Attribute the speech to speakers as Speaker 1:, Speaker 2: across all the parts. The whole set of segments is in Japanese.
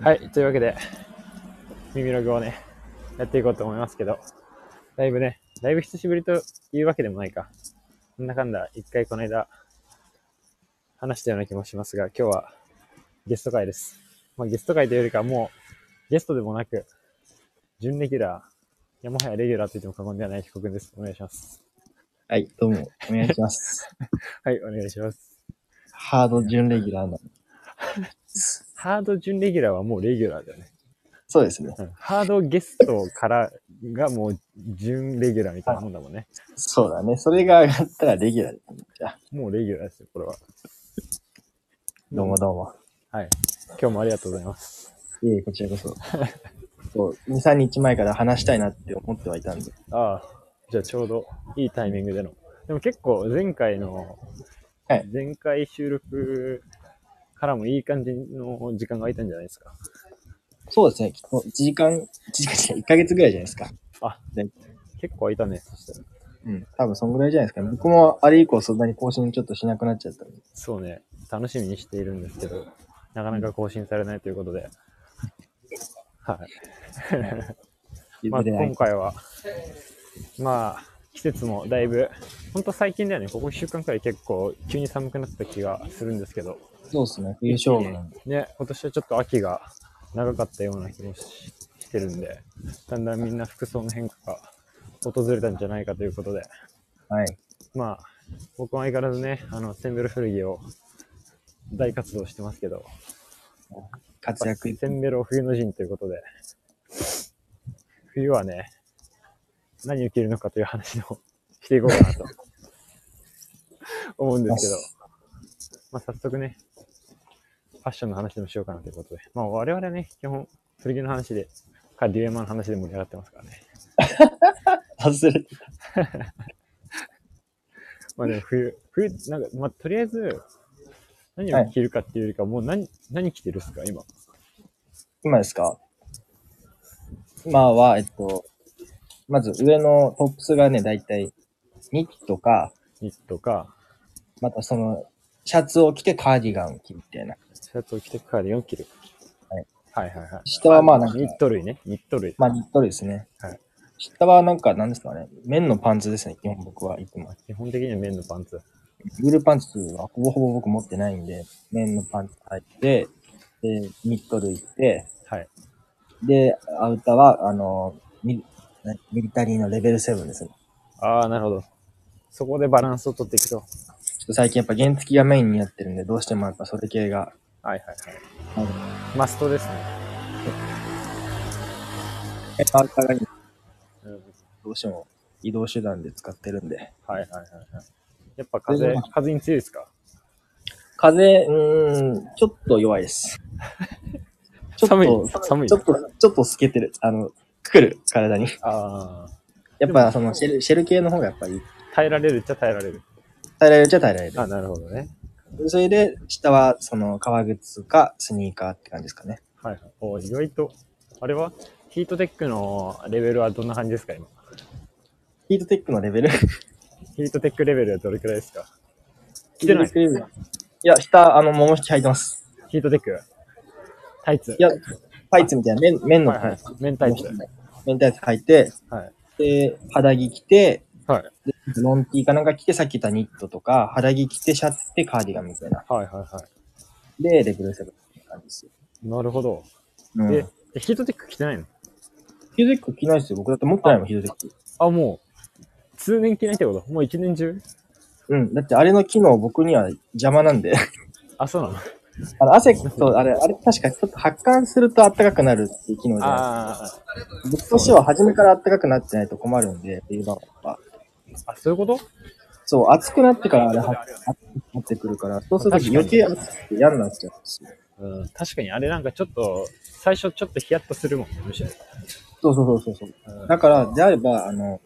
Speaker 1: はい。というわけで、耳ログをね、やっていこうと思いますけど、だいぶね、だいぶ久しぶりというわけでもないか。なんだかんだ、一回この間、話したような気もしますが、今日はゲスト会です。まあ、ゲスト会というよりかはもう、ゲストでもなく、準レギュラー、いや、もはやレギュラーと言っても過言ではない被告です。お願いします。
Speaker 2: はい、どうも、お願いし ます。
Speaker 1: はい、お願いします。
Speaker 2: ハード準レギュラーの。
Speaker 1: ハード準レギュラーはもうレギュラーだよね。
Speaker 2: そうですね。
Speaker 1: うんハードゲストからがもう準レギュラーみたいなもんだもんね。
Speaker 2: そうだね。それが上がったらレギュラーですね。じゃあ、
Speaker 1: もうレギュラーですよ、これは。
Speaker 2: どうもどうも。
Speaker 1: はい。今日もありがとうございます。
Speaker 2: いえいえ、こちらこそ。そう、2、3日前から話したいなって思ってはいたんで。
Speaker 1: ああ、じゃあちょうどいいタイミングでの。でも結構前回の
Speaker 2: はい、
Speaker 1: 前回収録からもいい感じの時間が空いたんじゃないですか。
Speaker 2: そうですね。きっと1時間、1時間違う、1ヶ月ぐらいじゃないですか。
Speaker 1: 結構空いたね、そしたら。
Speaker 2: うん。多分そんぐらいじゃないですかね。僕もあれ以降そんなに更新ちょっとしなくなっちゃったんで。
Speaker 1: そうね、楽しみにしているんですけど、なかなか更新されないということで。はい。まあ、
Speaker 2: 譲れない
Speaker 1: 今回は、まあ、季節もだいぶ、ほんと最近だよね、ここ1週間くらい結構急に寒くなった気がするんですけど、
Speaker 2: そうですね。冬勝負なんで。
Speaker 1: ね、今年はちょっと秋が長かったような気もししてるんで、だんだんみんな服装の変化が訪れたんじゃないかということで、
Speaker 2: はい。
Speaker 1: まあ、僕は相変わらずね、あの、センベロ古着を大活動してますけど、
Speaker 2: 活躍。
Speaker 1: センベロ冬の陣ということで、冬はね、何を着るのかという話をしていこうかなと思うんですけど、まあ早速ね、ファッションの話でもしようかなということで、まあ我々はね、基本、古着の話で、か、デュエマの話で盛り上がってますからね。
Speaker 2: 外れて
Speaker 1: まあでも冬、冬、なんか、まあとりあえず、何を着るかっていうよりか、もう何、何着てるっすか、今。
Speaker 2: 今ですか今は、えっと、まず上のトップスがね、だいたいニットか、
Speaker 1: ニットか、
Speaker 2: またその、シャツを着てカーディガンを着るみたいな。
Speaker 1: シャツを着てくから4着る。
Speaker 2: はい。
Speaker 1: はいはいはい。
Speaker 2: 下はまあなんか
Speaker 1: ニット類ね。ニット類。
Speaker 2: まあニットですね。
Speaker 1: はい。
Speaker 2: 下はなんか何ですかね、綿のパンツですね、基本僕はいつも。
Speaker 1: 基本的には綿のパンツ。
Speaker 2: ウールパンツはほぼほぼ僕持ってないんで、綿のパンツ履いて、で、ニット類着て、
Speaker 1: はい。
Speaker 2: で、アウターは、あの、ミリミリタリーのレベル7ですね。
Speaker 1: ああ、なるほど。そこでバランスを取っていくと。
Speaker 2: ちょっと最近やっぱ原付がメインになってるんで、どうしてもやっぱそれ系が、
Speaker 1: はいはいは
Speaker 2: あの
Speaker 1: い。マストですね。
Speaker 2: アウター
Speaker 1: うん。は
Speaker 2: が
Speaker 1: い
Speaker 2: どうしても移動手段で使ってるんで。
Speaker 1: はいはいはい。やっぱ風、風に強いですか
Speaker 2: 風、うーん、ちょっと弱い です。ちょっと
Speaker 1: 寒い寒い
Speaker 2: ちょっと、ちょっと透けてる。あの、くる、体に。
Speaker 1: ああ。
Speaker 2: やっぱそのシェル、シェル系の方がやっぱり、
Speaker 1: 耐えられるっちゃ耐えられる。
Speaker 2: 耐えられるっちゃ耐えられ
Speaker 1: あなるほどね。
Speaker 2: る。それで、下はその革靴かスニーカーって感じですかね。
Speaker 1: はいはい。おー意外と。あれはヒートテックのレベルはどんな感じですか今。
Speaker 2: ヒートテックのレベル。
Speaker 1: ヒートテックレベルはどれくらいですか着てない
Speaker 2: ヒートテックレベルいや、下、あの、桃引き履いてます。
Speaker 1: ヒートテックタイツ。
Speaker 2: いや、パイツみたいな、綿、綿の
Speaker 1: は
Speaker 2: パ
Speaker 1: いは
Speaker 2: イ
Speaker 1: い
Speaker 2: ツ。。
Speaker 1: 綿タイツ。
Speaker 2: 綿タイツ履いて、
Speaker 1: はい。
Speaker 2: で、肌着着て、
Speaker 1: はい。
Speaker 2: ロンティーかなんか着て、さっき言ったニットとか、肌着着て、シャツ着て、カーディガンみたいな。
Speaker 1: はいはいは
Speaker 2: で、レベル7って感じですよ。
Speaker 1: い。なるほど。
Speaker 2: うん、
Speaker 1: で、でヒートテック着てないの
Speaker 2: ヒートテック着ないですよ。僕だって持ってないもん、ヒートテック。
Speaker 1: あ、もう、通年着ないってこともう一年中
Speaker 2: うん。だってあれの機能僕には邪魔なんで。
Speaker 1: あ、そうなの
Speaker 2: あの、汗、そう、あれ、あれ確かちょっと発汗すると暖かくなるっていう機能じゃない
Speaker 1: あ
Speaker 2: 僕としては初めから暖かくなってないと困るんで、冬場は。
Speaker 1: あ、そういうこと
Speaker 2: そう、暑くなってからあれは、暑くなってくるから、そうすると余計暑くて嫌になっちゃうんですよ。
Speaker 1: うん、確かにあれなんかちょっと、最初ちょっとヒヤッとするもん、むしろ。
Speaker 2: そうそうそうそうそう。
Speaker 1: うん
Speaker 2: だから、であれば、あの、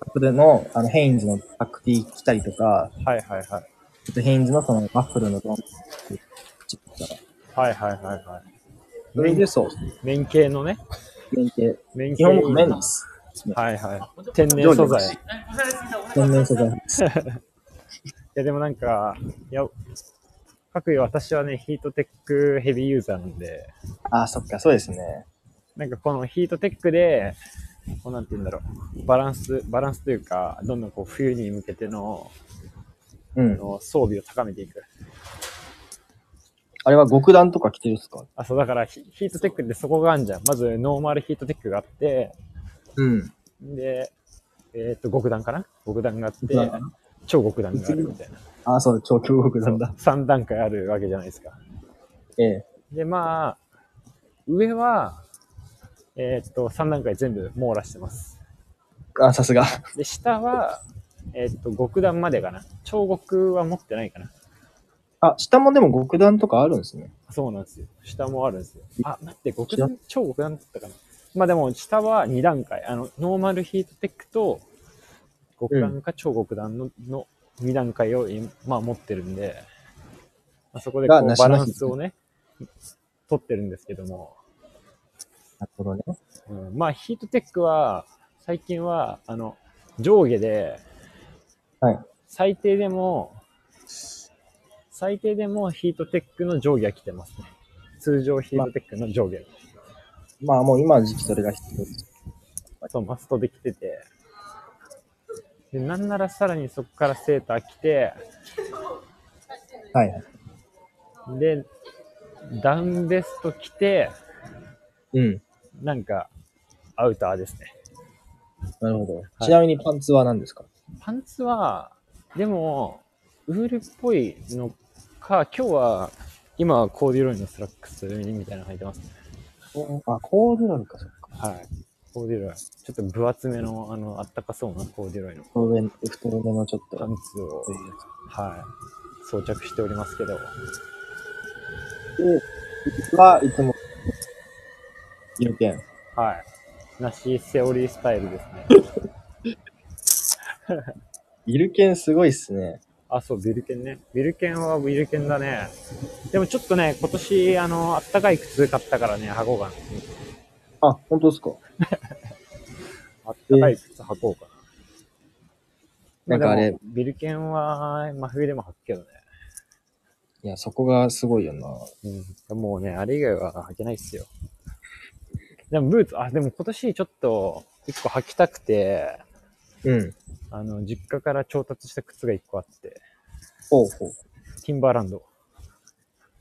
Speaker 2: ここでの、あの、ヘインズのパックティー着たりとか、
Speaker 1: はいはいはい。
Speaker 2: ちょっとヘインズのそのワッフルのドンって着てたら、
Speaker 1: はいはいはいはい。
Speaker 2: それでそう、
Speaker 1: 綿系のね。
Speaker 2: 連携。
Speaker 1: 綿
Speaker 2: 基
Speaker 1: 系
Speaker 2: 本僕麺です。
Speaker 1: はいはい。天然素材。い
Speaker 2: 天然素材。
Speaker 1: やでもなんか、いや、各位私はね、ヒートテックヘビーユーザーなんで、
Speaker 2: あ、そっか、そうですね。
Speaker 1: なんかこのヒートテックで、こうなんて言うんだろう、バランス、バランスというか、どんどんこう冬に向けての
Speaker 2: う
Speaker 1: あ
Speaker 2: ん。
Speaker 1: の装備を高めていく。
Speaker 2: あれは極段とか着てるっすか
Speaker 1: あ、そうだからヒヒートテックってそこがあるじゃん。まずノーマルヒートテックがあって、
Speaker 2: うん。
Speaker 1: で、えっ、と、極段かな極段があって
Speaker 2: 極段か、
Speaker 1: 超極段があるみたいな。
Speaker 2: あ、そう、超強極段だ。
Speaker 1: 3段階あるわけじゃないですか。
Speaker 2: ええ。
Speaker 1: で、まあ、上は、えっ、と、3段階全部網羅してます。
Speaker 2: あ、さすが。
Speaker 1: で、下は、えっ、と、極段までかな。超極は持ってないかな。
Speaker 2: あ、下もでも極段とかあるんですね。
Speaker 1: そうなんですよ。下もあるんですよ。あ、待って、極段、超極段だったかな。まあでも、下は2段階。あの、ノーマルヒートテックと、極段か超極段の,、の2段階を今、まあ、持ってるんで、まあ、そこでこ
Speaker 2: が
Speaker 1: う
Speaker 2: なし
Speaker 1: バ
Speaker 2: なし
Speaker 1: ランスをね、取ってるんですけども、
Speaker 2: なるほどね。
Speaker 1: うん、まあ、ヒートテックは、最近は、あの、上下で、
Speaker 2: はい
Speaker 1: 最低でも、最低でもヒートテックの上下は来てますね。通常ヒートテックの上下。
Speaker 2: まあもう今の時期それが必要です。
Speaker 1: そう、マストできてて。で、なんならさらにそこからセーター着て、
Speaker 2: はいはい。
Speaker 1: で、ダウンベスト着て、
Speaker 2: うん。
Speaker 1: なんか、アウターですね。
Speaker 2: なるほど。
Speaker 1: い
Speaker 2: ちなみにパンツは何ですか
Speaker 1: パンツは、でも、ウールっぽいのか、今日は、今はコーデュロイのスラックスみたいなの履いてますね。
Speaker 2: あ、コーデュロイか、そっか。
Speaker 1: はい。コーデュロイ。ちょっと分厚めの、あの、あったかそうなコーデュロイの
Speaker 2: 太めの、太めのちょっと。
Speaker 1: パンツを、はい、装着しておりますけど。
Speaker 2: で、僕はいつも、入れてん。
Speaker 1: はい。なしセオリースタイルですね。
Speaker 2: イルケンすごいっすね。
Speaker 1: あ、そう、ビルケンね。ビルケンはビルケンだね。でもちょっとね、今年、あの、あったかい靴買ったからね、履こうかな。
Speaker 2: あ、本当ですか
Speaker 1: あったかい靴履こうかな。
Speaker 2: なんかあれ
Speaker 1: までもビルケンは、真冬でも履くけどね。
Speaker 2: いや、そこがすごいよな。
Speaker 1: うん。もうね、あれ以外は履けないっすよ。でもブーツ、あ、でも今年ちょっと、一個履きたくて、
Speaker 2: うん。
Speaker 1: あの、実家から調達した靴が一個あって、
Speaker 2: ほうほう。
Speaker 1: ティンバーランド。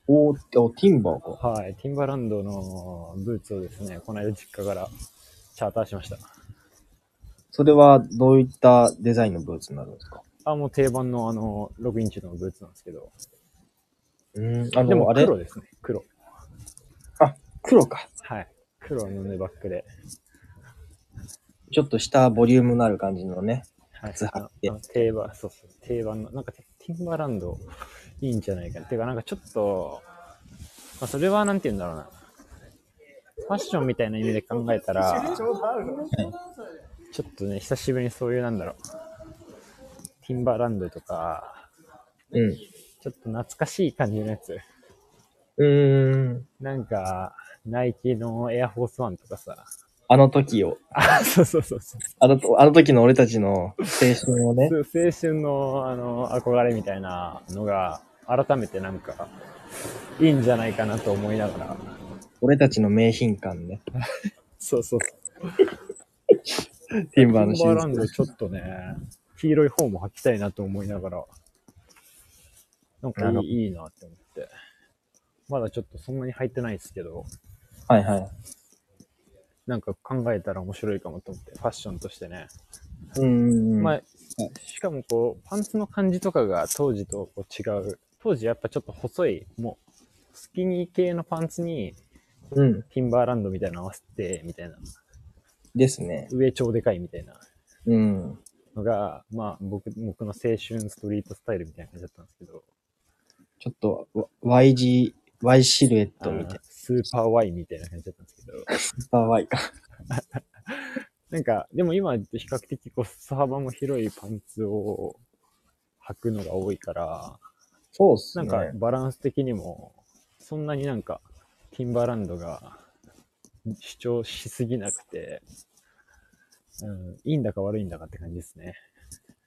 Speaker 2: おーお、ティンバーか。
Speaker 1: はい、ティンバーランドのブーツをですね、この間実家からチャーターしました。
Speaker 2: それはどういったデザインのブーツになるんですか
Speaker 1: あ、もう定番のあの、6インチのブーツなんですけど。
Speaker 2: うん。
Speaker 1: で
Speaker 2: あの、
Speaker 1: も
Speaker 2: あれ
Speaker 1: 黒ですね、黒。
Speaker 2: 黒か。
Speaker 1: はい。黒のネバックで。
Speaker 2: ちょっと下ボリュームのある感じのね。
Speaker 1: はい
Speaker 2: 靴履い て
Speaker 1: あの定番、そうそう、定番の、なんかテティンバーランドいいんじゃないかな。てか、なんかちょっと、まあ、それはなんて言うんだろうな。ファッションみたいな意味で考えたら、ちょっとね、久しぶりにそういう、なんだろう。ティンバーランドとか、
Speaker 2: うん。
Speaker 1: ちょっと懐かしい感じのやつ。
Speaker 2: うーん。
Speaker 1: なんか、ナイキのエアフォースワンとかさ。
Speaker 2: あの時を。
Speaker 1: あ、そうそうそうそう。
Speaker 2: あの、あの時の俺たちの青春 をね。
Speaker 1: 青春の、あの、憧れみたいなのが、改めてなんか、いいんじゃないかなと思いながら。
Speaker 2: 俺たちの名品感ね。
Speaker 1: そうそうそう。
Speaker 2: ティ
Speaker 1: テ
Speaker 2: ンバ
Speaker 1: ィ
Speaker 2: ーのシ
Speaker 1: ンバーラ
Speaker 2: ー
Speaker 1: ン
Speaker 2: ズ
Speaker 1: ドちょっとね、黄色い方も履きたいなと思いながら、なんか
Speaker 2: ないるほど
Speaker 1: いいいなって思って。まだちょっとそんなに履いてないですけど、
Speaker 2: はいはい。
Speaker 1: なんか考えたら面白いかもと思って、ファッションとしてね。
Speaker 2: うんうんうん。
Speaker 1: まあ、しかもこう、パンツの感じとかが当時とこう違う。当時やっぱちょっと細い、もう、スキニー系のパンツに、
Speaker 2: うん。
Speaker 1: ティンバーランドみたいなの合わせて、みたいな。
Speaker 2: ですね。
Speaker 1: 上超でかいみたいな
Speaker 2: うん。
Speaker 1: のが、まあ僕、僕の青春ストリートスタイルみたいな感じだったんですけど、
Speaker 2: ちょっと、わ Y 字、Y シルエットみたい
Speaker 1: あースーパーワインみたいな感じだったんですけど、
Speaker 2: な。スーパー Y か。
Speaker 1: なんか、でも今、比較的こう、裾幅も広いパンツを履くのが多いから、
Speaker 2: そうっす
Speaker 1: なん
Speaker 2: ね。
Speaker 1: かバランス的にも、そんなになんか、ティンバーランドが主張しすぎなくて、うん、いいんだか悪いんだかって感じですね。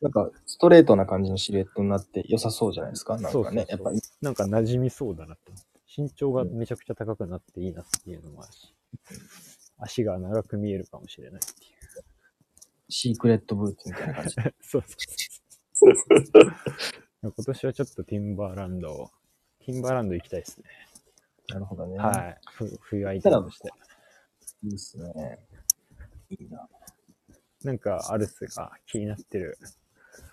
Speaker 2: なんか、ストレートな感じのシルエットになって良さそうじゃないですか。なんかね。
Speaker 1: そうそうそうなんか馴染みそうだなって思って。身長がめちゃくちゃ高くなっていいなっていうのもあるし、足が長く見えるかもしれないっていう。
Speaker 2: シークレットブーツみたいな感じ。
Speaker 1: そうそうそう。 今年はちょっとティンバーランドを、ティンバーランド行きたいですね。
Speaker 2: なるほどね。
Speaker 1: はい。ふ冬アイテムとして。
Speaker 2: い。いいですね。いいな。
Speaker 1: なんか、アルスが気になってる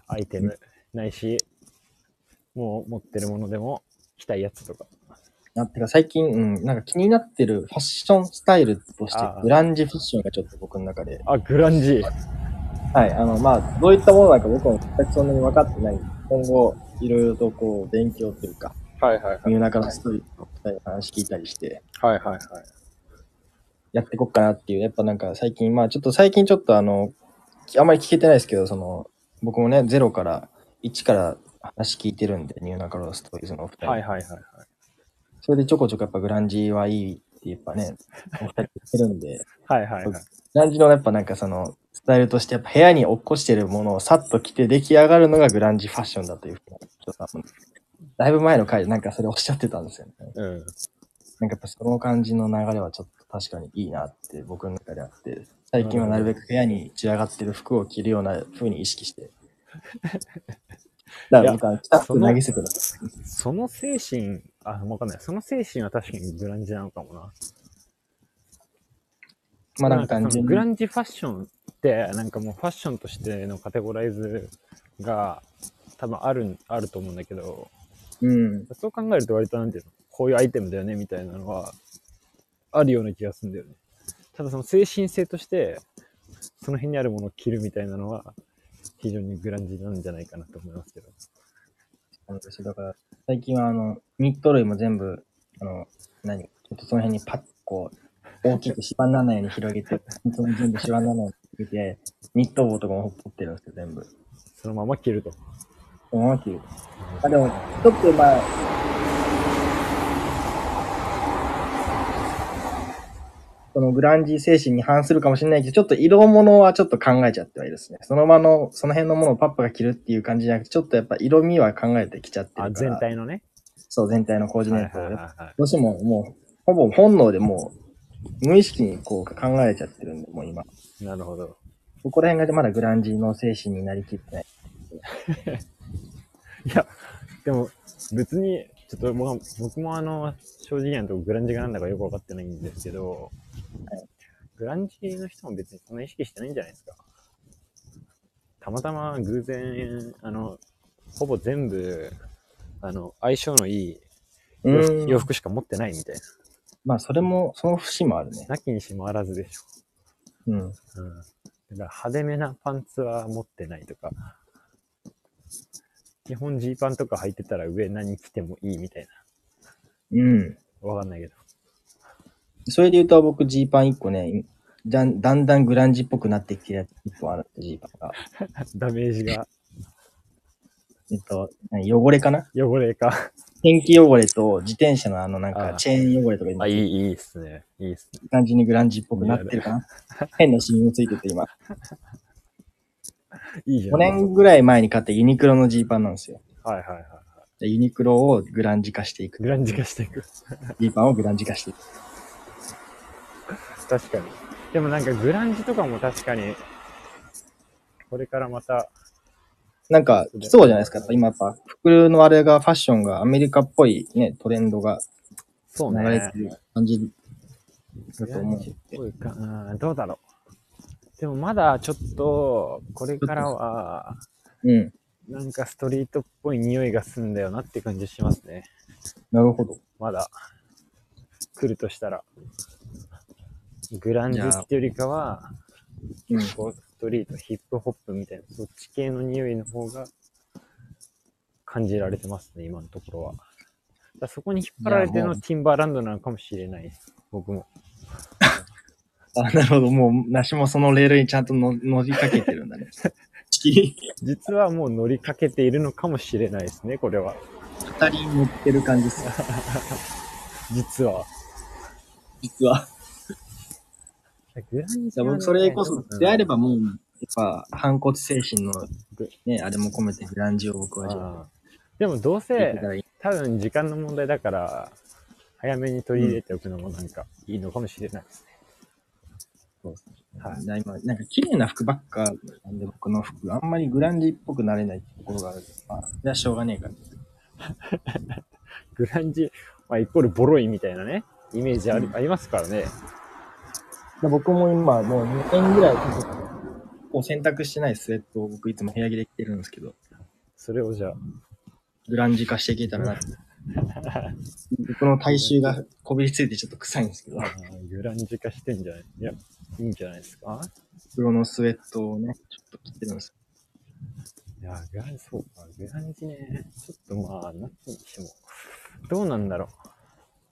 Speaker 1: アイテム、ないし、もう持ってるものでも、着たいやつとか。
Speaker 2: なってか最近、うん、なんか気になってるファッションスタイルとして
Speaker 1: あー、
Speaker 2: グランジファッションがちょっと僕の中で。
Speaker 1: あ、グランジ。
Speaker 2: はい。あの、まあ、どういったものなのか僕も全くそんなに分かってない。今後、いろいろとこう、勉強というか、
Speaker 1: はいはい
Speaker 2: 世の中のストーリーとか話聞いたりして、
Speaker 1: はいはいはい。
Speaker 2: やってこっかなっていう、やっぱなんか最近、まあちょっと最近ちょっとあの、きあんまり聞けてないですけど、その、僕もね、ゼロから、1から話聞いてるんで、ニューナカロストーリーズのお二人。
Speaker 1: はいはいはいはい。
Speaker 2: それでちょこちょこやっぱグランジはいいってやっぱね、お二人言ってるんで、
Speaker 1: はいはいはい。
Speaker 2: グランジのやっぱなんかその、スタイルとしてやっぱ部屋に落っこしてるものをさっと着て出来上がるのがグランジファッションだというふうに、ちょっと多分だいぶ前の回でなんかそれおっしゃってたんですよね。
Speaker 1: うん。
Speaker 2: なんかやっぱその感じの流れはちょっと確かにいいなって僕の中であって、最近はなるべく部屋に散らがってる服を着るような風に意 識して。だから僕は北服投げ捨てた。
Speaker 1: その精神、あ、わかんない。その精神は確かにグランジなのかもな。
Speaker 2: まあなんか
Speaker 1: その
Speaker 2: 単純
Speaker 1: グラ
Speaker 2: に。
Speaker 1: ンジファッションって、なんかもうファッションとしてのカテゴライズが多分あるん、あると思うんだけど、
Speaker 2: うん。
Speaker 1: そう考えると割となんていうの、こういうアイテムだよねみたいなのは、あるような気がするんだよね。ただその精神性として、その辺にあるものを着るみたいなのは、非常にグランジなんじゃないかなと思いますけど。
Speaker 2: なんですよだから最近はあの、ニット類も全部、あの、何ちょっとその辺にパッとこう、大きくシワにならないように広げて、本当に全部シワにならないように広げて、ニット帽とかも取ってるんですけど、全部。
Speaker 1: そのまま着ると。
Speaker 2: 思っていう。まあでも、ちょっとまあ、このグランジー精神に反するかもしれないけど、ちょっと色物はちょっと考えちゃってはいるですね。その場の、その辺のものをパッパが着るっていう感じじゃなくて、ちょっとやっぱ色味は考えてきちゃってるから。
Speaker 1: あ、全体のね。
Speaker 2: そう、全体のコーディ
Speaker 1: は
Speaker 2: ネ
Speaker 1: い
Speaker 2: ートを
Speaker 1: はい
Speaker 2: やっぱ
Speaker 1: はいはい。
Speaker 2: どうしてももう、ほぼ本能でもう、無意識にこう考えちゃってるんで、もう今。
Speaker 1: なるほど。
Speaker 2: ここら辺がまだグランジーの精神になりきってない。
Speaker 1: いや、でも別に、ちょっともう僕もあの、正直なとこグランジがなんだかよくわかってないんですけど、グランジの人も別にそんな意識してないんじゃないですか。たまたま偶然、あの、ほぼ全部、あの、相性のいい洋服
Speaker 2: うん
Speaker 1: 洋服しか持ってないみたいな。
Speaker 2: まあ、それも、その節もあるね。
Speaker 1: なきにしもあらずでしょ。
Speaker 2: うん。
Speaker 1: うん。だから派手めなパンツは持ってないとか、基本ジーパンとか履いてたら上何着てもいいみたいな。
Speaker 2: うん。
Speaker 1: わかんないけど。
Speaker 2: それで言うと僕、ジーパン1個ね、だんだんだんグランジっぽくなってきてるやつ1個あるんですジーパンが。
Speaker 1: ダメージが
Speaker 2: えっと、何汚れかな
Speaker 1: 汚れか。
Speaker 2: 天気汚れと自転車のあのなん
Speaker 1: あ
Speaker 2: か
Speaker 1: ー
Speaker 2: チェーン汚れとか今、
Speaker 1: あ、い
Speaker 2: い
Speaker 1: い、いいっすね。いいっすね。
Speaker 2: い感じにグランジっぽくなってるかな。変なシミもついてて今。
Speaker 1: いいじゃ
Speaker 2: 5
Speaker 1: ん。
Speaker 2: 年ぐらい前に買ったユニクロのジーパンなんですよ。
Speaker 1: はいはいはい。
Speaker 2: でユニクロをグランジ化していく。
Speaker 1: グランジ化していく。
Speaker 2: ジーパンをグランジ化していく。
Speaker 1: 確かに。でもなんかグランジとかも確かに、これからまた、
Speaker 2: なんか、来そうじゃないですか。やっぱ今やっぱ、服のあれが、ファッションがアメリカっぽいね、トレンドが
Speaker 1: そう
Speaker 2: 流れ
Speaker 1: ね
Speaker 2: て。る感じだ
Speaker 1: グ
Speaker 2: と
Speaker 1: ラ
Speaker 2: 思
Speaker 1: ン
Speaker 2: うん
Speaker 1: ジっ
Speaker 2: で。
Speaker 1: ぽいかうん、どうだろう。でもまだちょっと、これからは、
Speaker 2: うん。
Speaker 1: なんかストリートっぽい匂いがするんだよなって感じしますね。
Speaker 2: なるほど。
Speaker 1: まだ、来るとしたら。グランジっていうよりかは、
Speaker 2: うん。
Speaker 1: こうストリート、ヒップホップみたいな、そっち系の匂いの方が感じられてますね、今のところは。だからそこに引っ張られて
Speaker 2: いや
Speaker 1: の
Speaker 2: もう
Speaker 1: ティンバーランドなのかもしれないです、僕も。
Speaker 2: あ、なるほど。もう、なしもそのレールにちゃんとの乗りかけてるん だね。
Speaker 1: 実はもう乗りかけているのかもしれないですね、これは。
Speaker 2: 語りに乗ってる感じですよ。
Speaker 1: 実は。
Speaker 2: 実は。
Speaker 1: グランジはね
Speaker 2: 僕、それこそ、であればもう、やっぱ、反骨精神の
Speaker 1: ぐ、
Speaker 2: ね、あれも込めてグランジを僕
Speaker 1: う
Speaker 2: は
Speaker 1: ん
Speaker 2: 味わっ
Speaker 1: でもどう
Speaker 2: てい
Speaker 1: せ
Speaker 2: けた、らいい。
Speaker 1: 多分時間の問題だから、早めに取り入れておくのもなんかいいのかもしれないですね。
Speaker 2: そうですね。
Speaker 1: は
Speaker 2: はい。今、なんか綺麗な服ばっかなんで、僕の服、あんまりグランジっぽくなれないところがある。まあ、じゃあしょうがねえから。
Speaker 1: グランジ、まあ、イコールボロいみたいなね、イメージある、
Speaker 2: うん
Speaker 1: ありますからね。
Speaker 2: で僕も今、もう2年ぐらい、こう洗濯してないスウェットを僕いつも部屋着で着てるんですけど、
Speaker 1: それをじゃあ、
Speaker 2: グランジ化していけたらなって。僕の体臭がこびりついてちょっと臭いんですけど
Speaker 1: あ、ーグランジ化してんじゃないいや、いいんじゃないですか
Speaker 2: 黒のスウェットをね、ちょっと着てるんです。
Speaker 1: いや、グランジ、そうか、グランジね、ちょっとまあ、なきにしても、どうなんだろ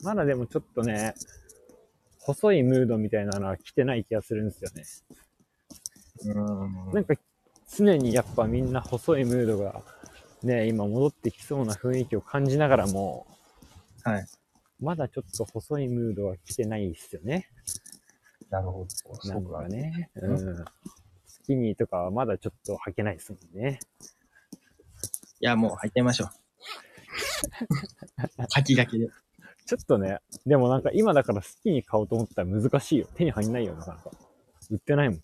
Speaker 1: う。まだでもちょっとね、細いムードみたいなのは来てない気がするんですよね。
Speaker 2: う
Speaker 1: なん
Speaker 2: ん。
Speaker 1: か常にやっぱみんな細いムードがね、今戻ってきそうな雰囲気を感じながらも、
Speaker 2: はい。
Speaker 1: まだちょっと細いムードは来てないですよね。
Speaker 2: なるほど。
Speaker 1: な
Speaker 2: そ
Speaker 1: ん
Speaker 2: う
Speaker 1: か
Speaker 2: か
Speaker 1: ね。
Speaker 2: ね。
Speaker 1: う。
Speaker 2: うん
Speaker 1: スキニーとかはまだちょっと履けないですもんね。
Speaker 2: いや、もう履いてみましょう。 書き書きで。
Speaker 1: ちょっとね、でもなんか今だからスキニー買おうと思ったら難しいよ。手に入んないよ、なかなか。売ってないもん。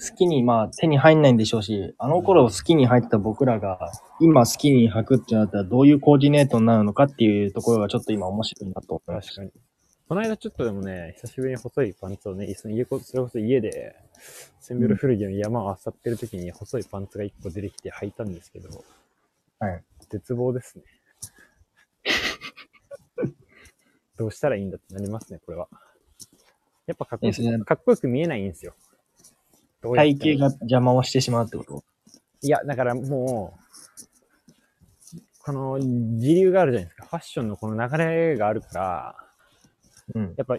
Speaker 2: 好きに、まあ、手に入んないんでしょうし、あの頃好きに入った僕らが、今好きに履くってなったら、どういうコーディネートになるのかっていうところがちょっと今面白いなと思いまし
Speaker 1: 確かに。この間ちょっとでもね、久しぶりに細いパンツをね、一緒に家こ、それこそ家で、センベロ古着の山を漁ってる時に細いパンツが一個出てきて履いたんですけど、
Speaker 2: た。はい。
Speaker 1: 絶望です ね。どうしたらいいんだってなりますね、これは。やっぱかっこよ
Speaker 2: えそれ
Speaker 1: く、かっこよく見えないんですよ。どうやっ
Speaker 2: 体
Speaker 1: ても
Speaker 2: 型が邪魔をしてしまうってこと
Speaker 1: いや、だからもう、この時流があるじゃないですか。ファッションのこの流れがあるから、
Speaker 2: うん。
Speaker 1: やっぱ、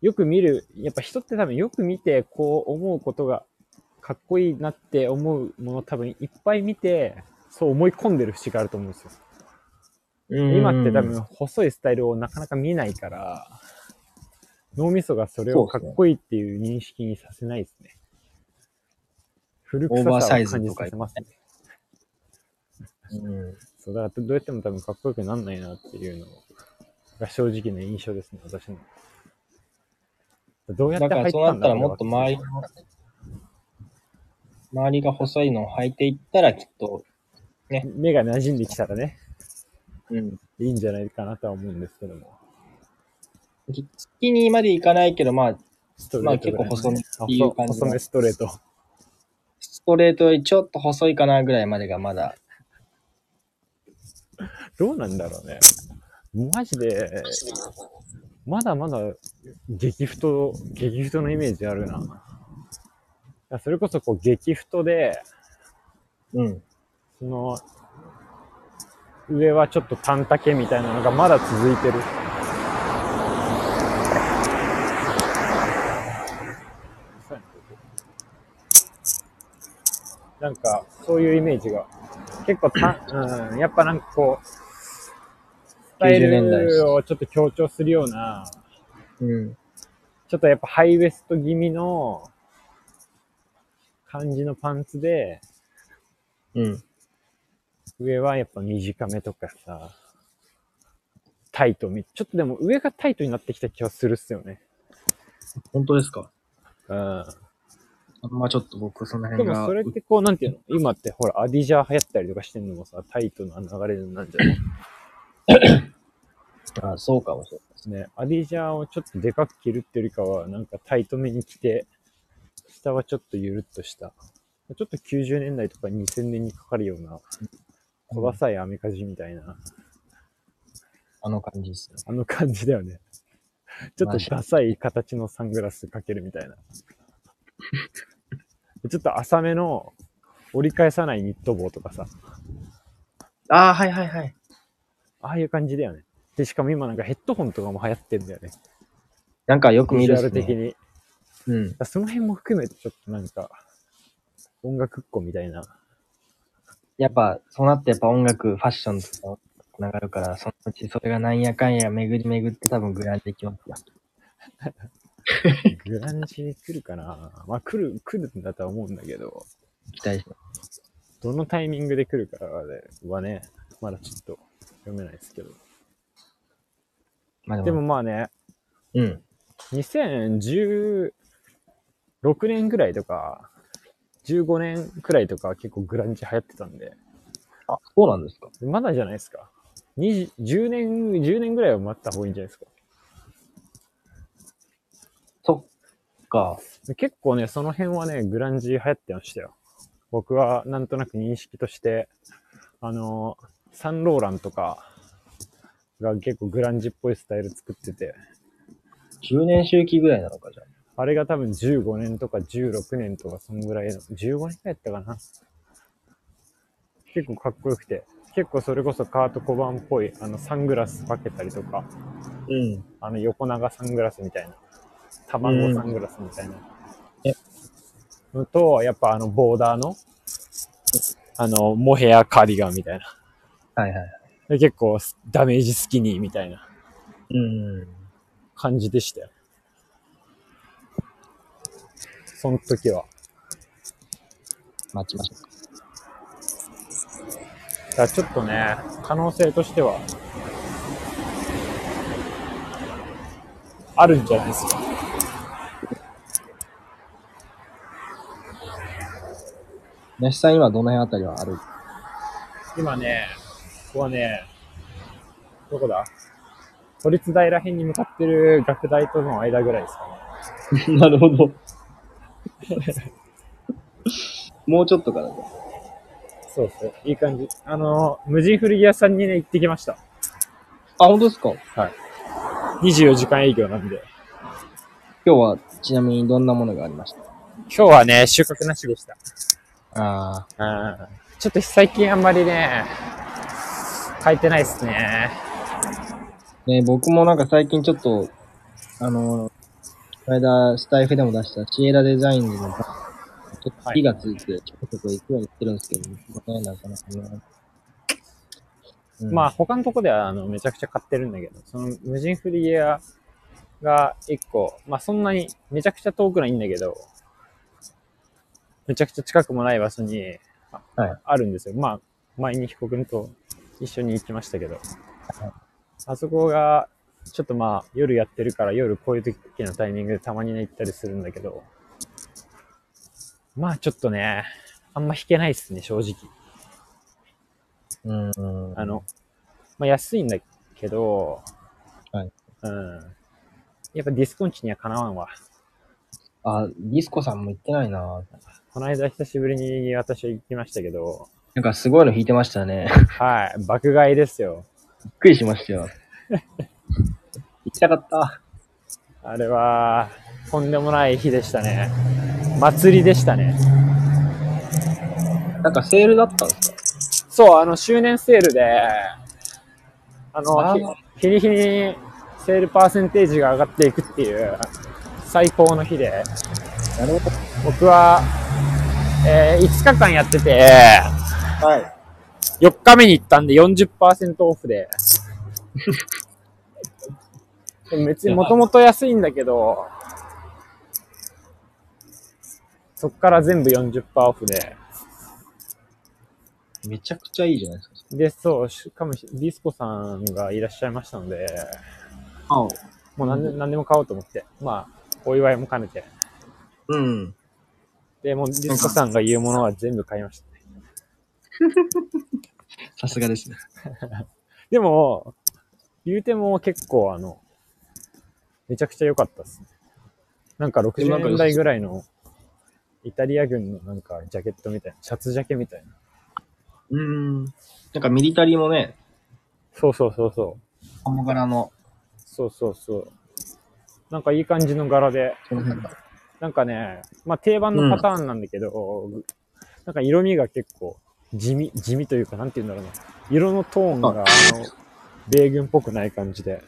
Speaker 1: よく見る、やっぱ人って多分よく見て、こう思うことが、かっこいいなって思うもの多分いっぱい見て、そう思い込んでる節があると思うんですよ。今って多分細いスタイルをなかなか見ないから、脳みそがそれをかっこいいっていう認識にさせないですね。古臭
Speaker 2: オーバー
Speaker 1: さ
Speaker 2: サ
Speaker 1: を
Speaker 2: イズ
Speaker 1: 感じ
Speaker 2: とか
Speaker 1: させますね。
Speaker 2: うん。
Speaker 1: そう、だからどうやっても多分かっこよくなんないなっていうのが正直な印象ですね、私の。どうやって
Speaker 2: だ
Speaker 1: 入
Speaker 2: から
Speaker 1: った
Speaker 2: そ
Speaker 1: んだ
Speaker 2: うなったらもっと周り
Speaker 1: こ
Speaker 2: の、周りが細いのを履いていったらきっと、
Speaker 1: れは目が馴染んできたらね、
Speaker 2: うん。
Speaker 1: いいんじゃないかなとは思うんですけども。
Speaker 2: 好きにまでいかないけど、まあ、
Speaker 1: ストレ
Speaker 2: ま
Speaker 1: ー
Speaker 2: あ
Speaker 1: ト
Speaker 2: 結
Speaker 1: ぐ
Speaker 2: 構
Speaker 1: らいの
Speaker 2: 細め
Speaker 1: ね、
Speaker 2: っていう感じ
Speaker 1: 細
Speaker 2: の
Speaker 1: めストレート。
Speaker 2: ストレートよりちょっと細いかなぐらいまでがまだ、
Speaker 1: どうなんだろうね。マジで、まだまだ激太、激太のイメージあるな。いやそれこそこう激太で、
Speaker 2: うん。
Speaker 1: その、上はちょっと短丈みたいなのがまだ続いてる。なんか、そういうイメージが。結構た、うん、やっぱなんかこう、スタイ
Speaker 2: 90年代
Speaker 1: ルをちょっと強調するような、
Speaker 2: うん。
Speaker 1: ちょっとやっぱハイウエスト気味の感じのパンツで、
Speaker 2: うん。
Speaker 1: 上はやっぱ短めとかさ、タイトみ、ちょっとでも上がタイトになってきた気はするっすよね。
Speaker 2: 本当ですか
Speaker 1: うん。
Speaker 2: あんまちょっと僕その
Speaker 1: で
Speaker 2: 辺
Speaker 1: も
Speaker 2: が。
Speaker 1: それってこう、なんていうの今ってほら、アディジャー流行ったりとかしてんのもさ、タイトな流れなんじゃない
Speaker 2: あそうかもしれない。
Speaker 1: ね。アディジャーをちょっとでかく着るってよりかは、なんかタイトめに着て、下はちょっとゆるっとした。ちょっと90年代とか2000年にかかるような、小さいアメカジみたいな、
Speaker 2: あの感じですね。
Speaker 1: あの感じだ よね。ちょっとダサい形のサングラスかけるみたいな。ちょっと浅めの折り返さないニット帽とかさ、
Speaker 2: ああ、はいはいはい。
Speaker 1: ああいう感じだよね。で、しかも今なんかヘッドホンとかも流行ってんだよね。
Speaker 2: なんかよく
Speaker 1: ビ
Speaker 2: 見
Speaker 1: ジ
Speaker 2: る
Speaker 1: ュ
Speaker 2: っ
Speaker 1: ア
Speaker 2: す
Speaker 1: ル的
Speaker 2: ね。
Speaker 1: に。
Speaker 2: うん。
Speaker 1: その辺も含めてちょっとなんか、音楽っ子みたいな。
Speaker 2: やっぱ、そうなってやっぱ音楽、ファッションとか繋がるから、そのうちそれがなんやかんや巡り巡って多分グランできますよ。
Speaker 1: グランジに来るかなまあ来る、来るんだとは思うんだけど、
Speaker 2: 期待してま
Speaker 1: どのタイミングで来るかはね、まだちょっと読めないですけど。
Speaker 2: まあでも、
Speaker 1: でもまあね、
Speaker 2: うん。
Speaker 1: 2016年ぐらいとか、15年くらいとか結構グランジ流行ってたんで、
Speaker 2: あ、そうなんですか。
Speaker 1: まだじゃないですか。20 10年、10年ぐらいは待った方がいいんじゃないですか。
Speaker 2: そっか。
Speaker 1: 結構ね、その辺はね、グランジ流行ってましたよ。僕はなんとなく認識として、あの、サンローランとかが結構グランジっぽいスタイル作ってて、
Speaker 2: 10年周期ぐらいなのか、じゃあ。
Speaker 1: あれが多分15年とか16年とかそんぐらいの、15年くらいやったかな。結構かっこよくて、結構それこそカート小判っぽい、あのサングラスかけたりとか、
Speaker 2: うん。
Speaker 1: あの横長サングラスみたいな、卵サングラスみたいな。
Speaker 2: え
Speaker 1: のと、やっぱあのボーダーの、あの、モヘアカーディガンみたいな。
Speaker 2: はいはいはい。
Speaker 1: で結構スダメージスキニーみたいな
Speaker 2: うん。
Speaker 1: 感じでしたよ。その時は。
Speaker 2: 待ちましょうか。
Speaker 1: だからちょっとね、可能性としては、あるんじゃないですか。
Speaker 2: 那須さん、今どの辺あたりは歩いて
Speaker 1: 今ね、ここはね、どこだ都立大ら辺に向かってる学大との間ぐらいですかね。
Speaker 2: なるほど。もうちょっとからだ。
Speaker 1: そうそう、いい感じ。あの、無人古着屋さんにね、行ってきました。
Speaker 2: あ、本当ですか今
Speaker 1: 24時間営業なんで。
Speaker 2: 日はちなみにどんなものがありました
Speaker 1: 今日はね、収穫なしでした。
Speaker 2: ああ、
Speaker 1: うん。ちょっと最近あんまりね、買えてないっすね。
Speaker 2: ね、僕もなんか最近ちょっと、あの、この間スタイフでも出したシエラデザインズの、ちょっと火がついて、ちょこちょこ行くようにしてるんですけど、ね、なかなかね。うん
Speaker 1: まあ、、他のとこではあのめちゃくちゃ買ってるんだけど、その無人フリーエアが一個、まあそんなにめちゃくちゃ遠くないんだけど、めちゃくちゃ近くもない場所にあ,、
Speaker 2: はい
Speaker 1: るんですよ。まあ前に被告人と一緒に行きましたけど、あそこがちょっとまあ夜やってるから夜こういう時のタイミングでたまにね行ったりするんだけど、まあちょっとね、あんま弾けないっすね、正直。
Speaker 2: うん、
Speaker 1: あの、まあ、安いんだけど、
Speaker 2: はい
Speaker 1: うん。やっぱディスコンチにはかなわんわ。
Speaker 2: あ、ディスコさんも行ってないな
Speaker 1: この間久しぶりに私は行きましたけど、
Speaker 2: なんかすごいの弾いてましたね。
Speaker 1: はい、爆買いですよ。
Speaker 2: びっくりしま したよ。行きたかった。
Speaker 1: あれは、とんでもない日でしたね。祭りでしたね。
Speaker 2: なんかセールだったんですか
Speaker 1: そう、あの、周年セールで、あの
Speaker 2: あー、
Speaker 1: ひ日に日にセールパーセンテージが上がっていくっていう、最高の日で、
Speaker 2: なるほど。
Speaker 1: 僕は、えー5日間やってて、
Speaker 2: はい。
Speaker 1: 4日目に行ったんで40%オフで。 でも別にもともと安いんだけど、そっから全部40%オフで。
Speaker 2: めちゃくちゃいいじゃないですか。
Speaker 1: で、そう、しかもしディスコさんがいらっしゃいましたので、
Speaker 2: あ
Speaker 1: もう何で,、ん、何でも買おうと思って、まあ、お祝いも兼ねて。
Speaker 2: うん。
Speaker 1: で、もうディスコさんが言うものは全部買いましたね。
Speaker 2: さすがですね。
Speaker 1: でも、言うても結構あの、めちゃくちゃ良かったっすね。なんか60年代ぐらいのイタリア軍のなんかジャケットみたいな、シャツジャケみたいな。
Speaker 2: うん。なんかミリタリーもね、
Speaker 1: そうそうそうそう。
Speaker 2: 鴨柄の、
Speaker 1: そうそうそう。なんかいい感じの柄で、
Speaker 2: そのなんか
Speaker 1: なんかね、まあ定番のパターンなんだけど、なんか色味が結構地味、地味というかなんて言うんだろうな。色のトーンがあの、米軍っぽくない感じで。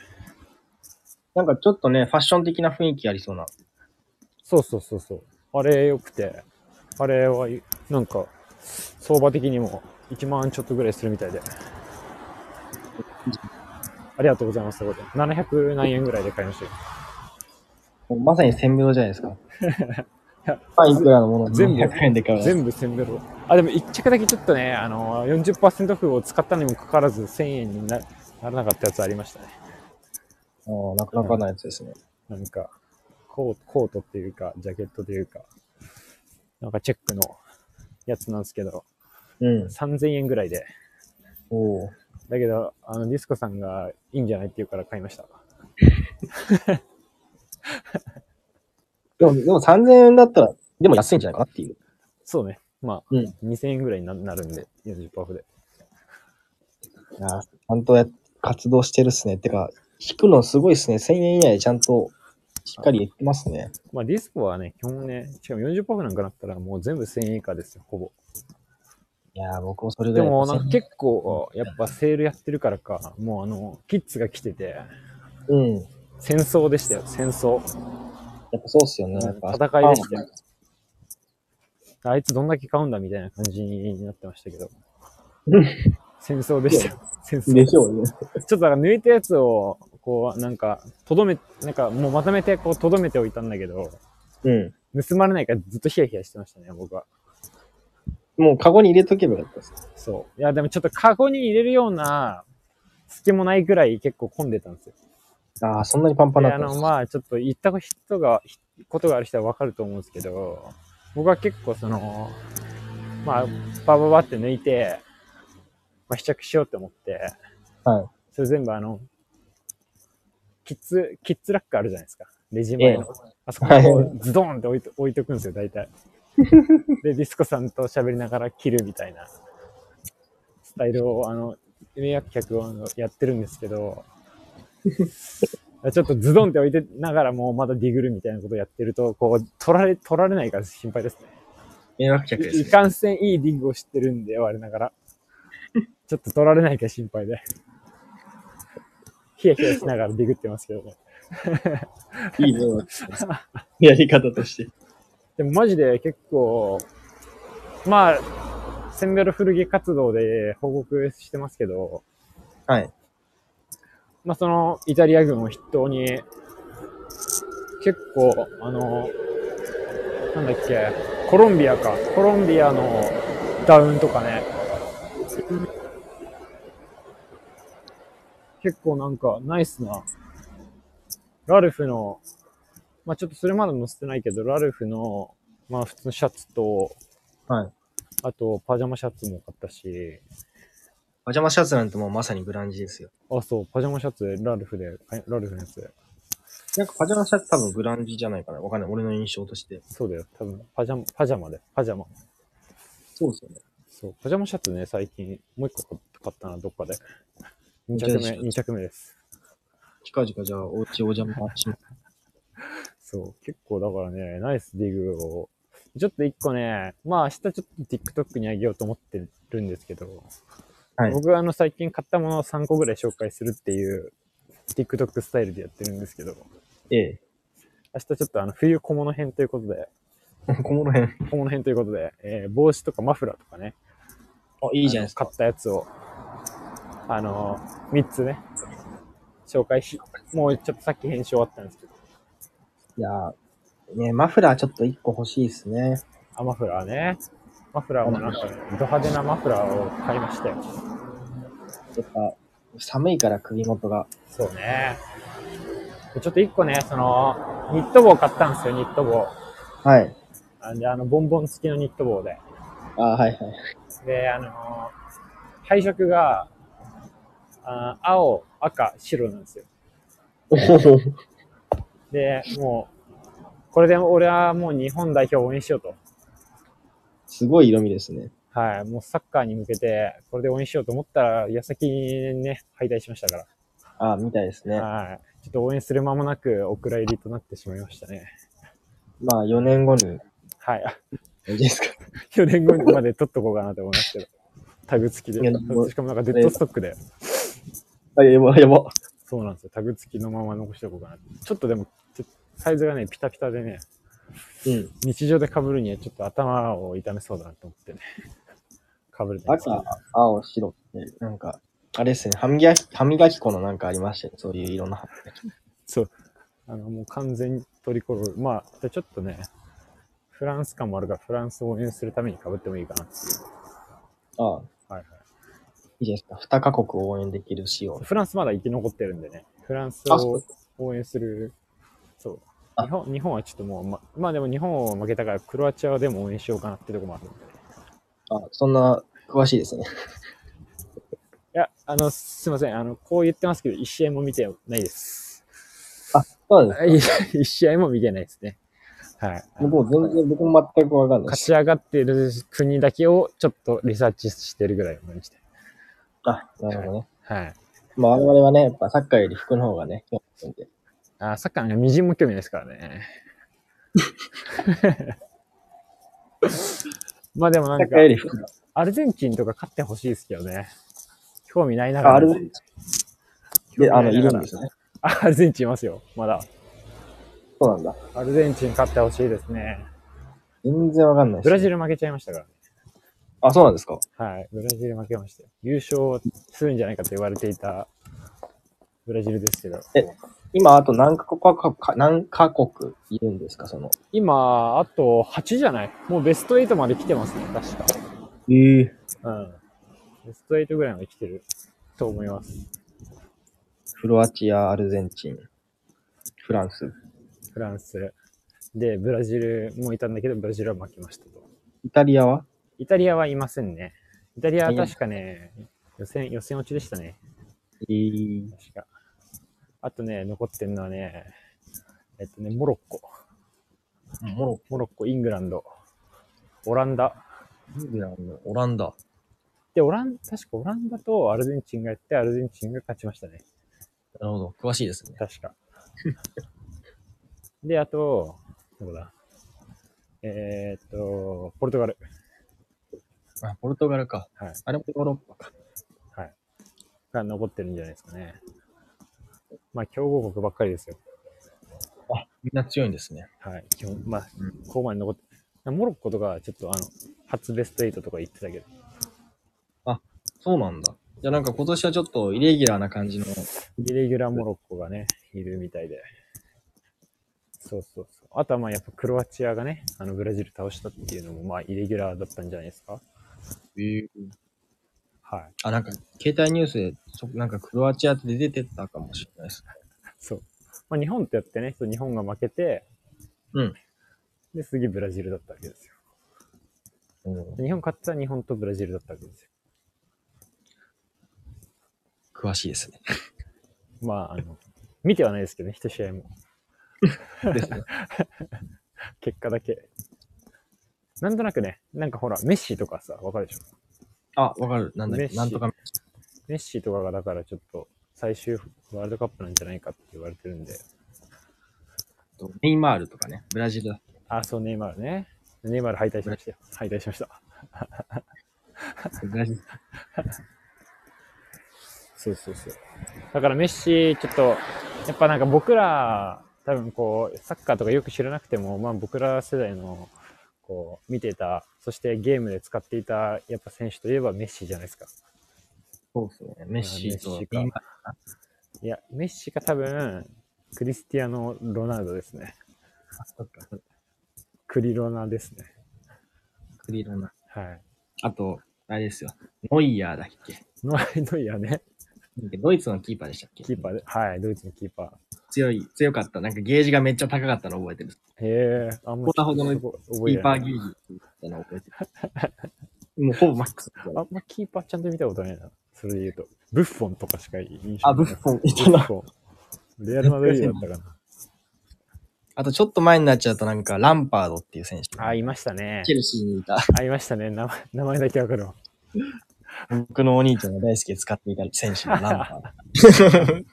Speaker 2: なんかちょっとね、ファッション的な雰囲気ありそうな。
Speaker 1: そうそうそうそう。あれ良くて、あれは、いなんか、相場的にも1万ちょっとぐらいするみたいで。ありがとうございます、そこで。700何円ぐらいで買いましたよ。
Speaker 2: もうまさに鮮明じゃないで すか。まあ、いくらのもの
Speaker 1: 全部
Speaker 2: 100円で買う。
Speaker 1: 全部1000ベロ。あ、でも1着だけちょっとね、あのー、40%オフを使ったにもかかわらず1000円になならなかったやつありましたね。
Speaker 2: ああ、なかなかなやつですね。
Speaker 1: なんか、コート、コートっていうか、ジャケットというか、なんかチェックのやつなんですけど、
Speaker 2: うん。
Speaker 1: 3000円ぐらいで。
Speaker 2: おお。
Speaker 1: だけど、あの、ディスコさんがいいんじゃないって言うから買いました。
Speaker 2: でも、でも3000円だったら、でも安いんじゃないかなっていう。
Speaker 1: そうね。まあ、
Speaker 2: うん
Speaker 1: 2000円ぐらいにななるんで、40%オフで。
Speaker 2: ああ、ちゃんとや、活動してるっすね。てか、引くのすごいっすね。1000円以内でちゃんと、しっかり言ってますね。
Speaker 1: まあ、ディスコはね、基本ね、しかも40%オフなんかなったらもう全部1000円以下ですよ、ほぼ。
Speaker 2: いやー、僕もそれぐ
Speaker 1: で
Speaker 2: らい。
Speaker 1: も、なんか結構、やっぱセールやってるからか、もうあの、キッズが来てて、
Speaker 2: うん。
Speaker 1: 戦争でしたよ、戦争。
Speaker 2: やっぱそうっすよね。やっぱ
Speaker 1: 戦いでしたよ。あいつどんだけ買うんだみたいな感じになってました けど
Speaker 2: うん。
Speaker 1: 戦争でしたよ。戦争。
Speaker 2: でしょうね。
Speaker 1: ちょっとなんか抜いたやつを、こう、なんか、とどめ、なんかもうまとめて、こう、とどめておいたんだけど、
Speaker 2: うん。
Speaker 1: 盗まれないからずっとヒヤヒヤしてましたね、僕は。
Speaker 2: もうカゴに入れとけばよかったです。
Speaker 1: そう。いや、でもちょっとカゴに入れるような隙もないくらい結構混んでたんですよ。
Speaker 2: ああ、そんなにパンパン
Speaker 1: で
Speaker 2: だっ
Speaker 1: あ
Speaker 2: たん
Speaker 1: の、
Speaker 2: です
Speaker 1: まあ、ちょっと行った人が、ひことがある人はわかると思うんですけど、僕は結構その、まあ、バババって抜いて、まあ、試着しようって思って、
Speaker 2: はい。
Speaker 1: それ全部あの、キッズ、キッズラックあるじゃないですか。レジ前の。
Speaker 2: え
Speaker 1: あそこにこうズドーンって置いと置いとくんですよ、大体。で、ディスコさんと喋りながら切るみたいな、スタイルを、あの、迷惑客をあのやってるんですけど、ちょっとズドンって置いてながらも、まだディグルみたいなことやってると、こう、取られ、取られないから心配ですね。
Speaker 2: 迷惑客
Speaker 1: いかんせんいいディグを知ってるんで、我ながら。ちょっと取られないか心配で。ヒヤヒヤしながらディグってますけどね。
Speaker 2: いいね。やり方として。
Speaker 1: でもマジで結構、まあ、センベロ古着活動で報告してますけど、
Speaker 2: はい。
Speaker 1: まあそのイタリア軍を筆頭に、結構、あの、なんだっけ、コロンビアか。コロンビアのダウンとかね。結構なんかナイスな、ラルフの、まあちょっとそれまで載せてないけど、ラルフの、まあ普通のシャツと、
Speaker 2: はい。
Speaker 1: あとパジャマシャツも買ったし、
Speaker 2: パジャマシャツなんてもうまさにブランジですよ。
Speaker 1: あ、そう、パジャマシャツ、ラルフで、あラルフのやつ。
Speaker 2: なんかパジャマシャツ多分ブランジじゃないかな。わかんない。俺の印象として。
Speaker 1: そうだよ。多分、パジャマ、パジャマで、パジャマ。
Speaker 2: そうですよね。
Speaker 1: そう、パジャマシャツね、最近、もう一個買ったな、どっかで。2
Speaker 2: じゃあ
Speaker 1: 着目、二着目です。
Speaker 2: 近々じゃあ、お家お邪魔します。
Speaker 1: そう、結構だからね、ナイスディグを。ちょっと一個ね、まあ明日ちょっと TikTok にあげようと思ってるんですけど、
Speaker 2: はい
Speaker 1: 僕はあの最近買ったものを3個ぐらい紹介するっていう TikTok スタイルでやってるんですけど、
Speaker 2: ええ。
Speaker 1: 明日ちょっとあの冬小物編ということで、
Speaker 2: 小物編。
Speaker 1: 小物編ということで、えー帽子とかマフラーとかね、
Speaker 2: あ、いいじゃないですか。
Speaker 1: あの買ったやつを、あの、3つね、紹介し、もうちょっとさっき編集終わったんですけど、
Speaker 2: いやーね、マフラーちょっと一個欲しいですね。
Speaker 1: あ、マフラーね。マフラーもなんか、ド派手なマフラーを買いましたよ。
Speaker 2: やっぱ、寒いから首元が。
Speaker 1: そうね。ちょっと1個ね、その、ニット帽買ったんですよ、ニット帽。
Speaker 2: はい。
Speaker 1: あであの、ボンボン付きのニット帽で。
Speaker 2: あはいはい。
Speaker 1: で、あの、配色が、あ青、赤、白なん ですよ。
Speaker 2: おお。
Speaker 1: で、もう、これで俺はもう日本代表を応援しようと。
Speaker 2: すごい色味ですね。
Speaker 1: はい、もうサッカーに向けて、これで応援しようと思ったら、矢先にね、敗退しましたから。
Speaker 2: あみたいですね。
Speaker 1: はい。ちょっと応援する間もなく、お蔵入りとなってしまいましたね。
Speaker 2: まあ、4年後に、
Speaker 1: はい。
Speaker 2: いいですか。
Speaker 1: 4年後にまで取っとこうかなと思いますけど。タグ付き
Speaker 2: い
Speaker 1: で。
Speaker 2: やもう
Speaker 1: しかもなんかデッドストックで。
Speaker 2: あ、やば、やば。
Speaker 1: そうなんですよ。タグ付きのまま残しておこうかな。ちょっとでも、ちょサイズがね、ピタピタでね、
Speaker 2: うん。
Speaker 1: 日常で被るにはちょっと頭を痛めそうだなと思ってね。 被れてます
Speaker 2: 赤、青、白って、なんか、あれですね、歯磨き、歯磨き粉のなんかありましたよね、そういう色の歯磨き粉。
Speaker 1: そう。あの、もう完全にトリコロール。まあ、じゃあちょっとね、フランス感もあるから、フランスを応援するために被ってもいいかなっていう。
Speaker 2: ああ、
Speaker 1: はいはい。
Speaker 2: いいじゃないですか。二カ国を応援できる仕様。
Speaker 1: フランスまだ生き残ってるんでね。フランス
Speaker 2: あそ
Speaker 1: を
Speaker 2: う
Speaker 1: 応援する。そう。
Speaker 2: あ
Speaker 1: 日本日本はちょっともうま、まあでも日本を負けたからクロアチアはでも応援しようかなってとこもあるんで。
Speaker 2: あ、そんな、詳しいですね。
Speaker 1: いや、あの、すいません。あの、こう言ってますけど、一試合も見てないです。
Speaker 2: あ、そうです。
Speaker 1: はい一試合も見てないですね。はい。
Speaker 2: 僕も全然、僕も全くわかんない
Speaker 1: 勝。ち上がってる国だけをちょっとリサーチしてるぐらいの感じで。
Speaker 2: あ、なるほどね。
Speaker 1: はい。
Speaker 2: まあ、我々はね、やっぱサッカーより服の方がね、興味あるんで。
Speaker 1: あ、サッカーなんかみじんも興味ないですからね。 まあでもな
Speaker 2: サ
Speaker 1: ん
Speaker 2: ッ
Speaker 1: か
Speaker 2: カー、より服が。
Speaker 1: アルゼンチンとか勝ってほしいですけどね。興味ないながら。
Speaker 2: あ、あるで、あの、いるんですよね。
Speaker 1: あアルゼンチンいますよ、まだ。
Speaker 2: そうなんだ。
Speaker 1: アルゼンチン勝ってほしいですね。
Speaker 2: 全然わかんないです
Speaker 1: ブラジル負けちゃいましたからね。
Speaker 2: あ、そうなんですか。
Speaker 1: はい、ブラジル負けましたよ。優勝するんじゃないかと言われていたブラジルですけど。
Speaker 2: 今、あと何カ国か、か何カ国いるんですか、その。
Speaker 1: 今、あと8じゃないもうベスト8まで来てますね、確か。
Speaker 2: ええ
Speaker 1: うん。ベスト8ぐらいまで来てると思います。
Speaker 2: クロアチア、アルゼンチン、フランス。
Speaker 1: フランス。で、ブラジルもいたんだけど、ブラジルは負けましたと。
Speaker 2: イタリアは
Speaker 1: イタリアはいませんね。イタリアは確かね、予選、予選落ちでしたね。
Speaker 2: えー、
Speaker 1: 確か。あとね、残ってんのはね、えっとね、モロッコ。
Speaker 2: モロッ
Speaker 1: モロッコ、イングランド、オランダ。
Speaker 2: コ、イングランド、オランダ。
Speaker 1: で、オラン、確かオランダとアルゼンチンがやって、アルゼンチンが勝ちましたね。
Speaker 2: なるほど、詳しいですね。
Speaker 1: 確 か。で、あと、どこだえーっと、ポルトガル。
Speaker 2: あ、ポルトガルか。
Speaker 1: はい。
Speaker 2: あれもヨーロッパか。
Speaker 1: はい。が残ってるんじゃないですかね。まあ、強豪国ばっかりですよ。
Speaker 2: あ、みんな強いんですね。
Speaker 1: はい。基本、まあ、
Speaker 2: うん
Speaker 1: ここまで残って。モロッコとか、ちょっとあの、初ベスト8とか言ってたけど。
Speaker 2: そうなんだ。じゃあなんか今年はちょっとイレギュラーな感じの。
Speaker 1: イレギュラーモロッコがね、いるみたいで。そうそうそう。あとはまあやっぱクロアチアがね、あのブラジル倒したっていうのもまあイレギュラーだったんじゃないですか。はい。
Speaker 2: あ、なんか携帯ニュースで、そなんかクロアチアって出てたかもしれないです。
Speaker 1: そう。まあ日本ってやってね、そう日本が負けて、
Speaker 2: うん。
Speaker 1: で、次ブラジルだったわけですよ。
Speaker 2: うん、
Speaker 1: 日本勝ったら日本とブラジルだったわけですよ。
Speaker 2: 詳しいですね。
Speaker 1: まああの、見てはないですけどね、一試合も。
Speaker 2: ですね。
Speaker 1: 結果だけ。なんとなくね、なんかほら、メッシとかさ、わかるでしょ
Speaker 2: あ、わかる。なんだっ
Speaker 1: メッ
Speaker 2: け。
Speaker 1: シ
Speaker 2: なんとか。
Speaker 1: メッシとかがだからちょっと最終ワールドカップなんじゃないかって言われてるんで。
Speaker 2: ネイマールとかね。ブラジルだ。
Speaker 1: あ、そう、ネイマールね。ネイマール敗退しましたよ。敗退しました。
Speaker 2: ブラジル。
Speaker 1: そうそうそう。だからメッシ、ちょっと、やっぱなんか僕ら、多分こう、サッカーとかよく知らなくても、まあ僕ら世代の、こう、見てた、そしてゲームで使っていた、やっぱ選手といえばメッシじゃないですか。
Speaker 2: そうですね。メッシと
Speaker 1: メッシか
Speaker 2: ネイマール。
Speaker 1: いや、メッシが多分、クリスティアーノ・ロナウドですね。
Speaker 2: あ、そっか。
Speaker 1: クリロナですね。
Speaker 2: クリロナ。
Speaker 1: はい。
Speaker 2: あと、あれですよ。ノイヤーだっけ。
Speaker 1: ノノイアーね、
Speaker 2: ドイツのキーパーでしたっけ
Speaker 1: キーパーで、はい、ドイツのキーパー。
Speaker 2: 強い、強かった。なんかゲージがめっちゃ高かったの覚えてる。
Speaker 1: へえ、あんま
Speaker 2: こんなほどの
Speaker 1: そこ覚
Speaker 2: キ
Speaker 1: え
Speaker 2: ー
Speaker 1: て
Speaker 2: パ
Speaker 1: な
Speaker 2: ー
Speaker 1: い
Speaker 2: ゲージっていうのを覚えてる。もうほぼマックス。
Speaker 1: あんまキーパーちゃんと見たことないな。それで言うと。ブッフォンとかしか印象ない。
Speaker 2: あ、ブッフォンいた
Speaker 1: ブッ
Speaker 2: な。
Speaker 1: フォン。レアルマドリードだったか
Speaker 2: あとちょっと前になっちゃうとなんかランパードっていう選手。
Speaker 1: な。 あ、いましたね
Speaker 2: チ。ェルシーにいた。
Speaker 1: あ、いましたね。名前名前だけわかるわ。
Speaker 2: 僕のお兄ちゃんが大好きで使っていた選手のランパー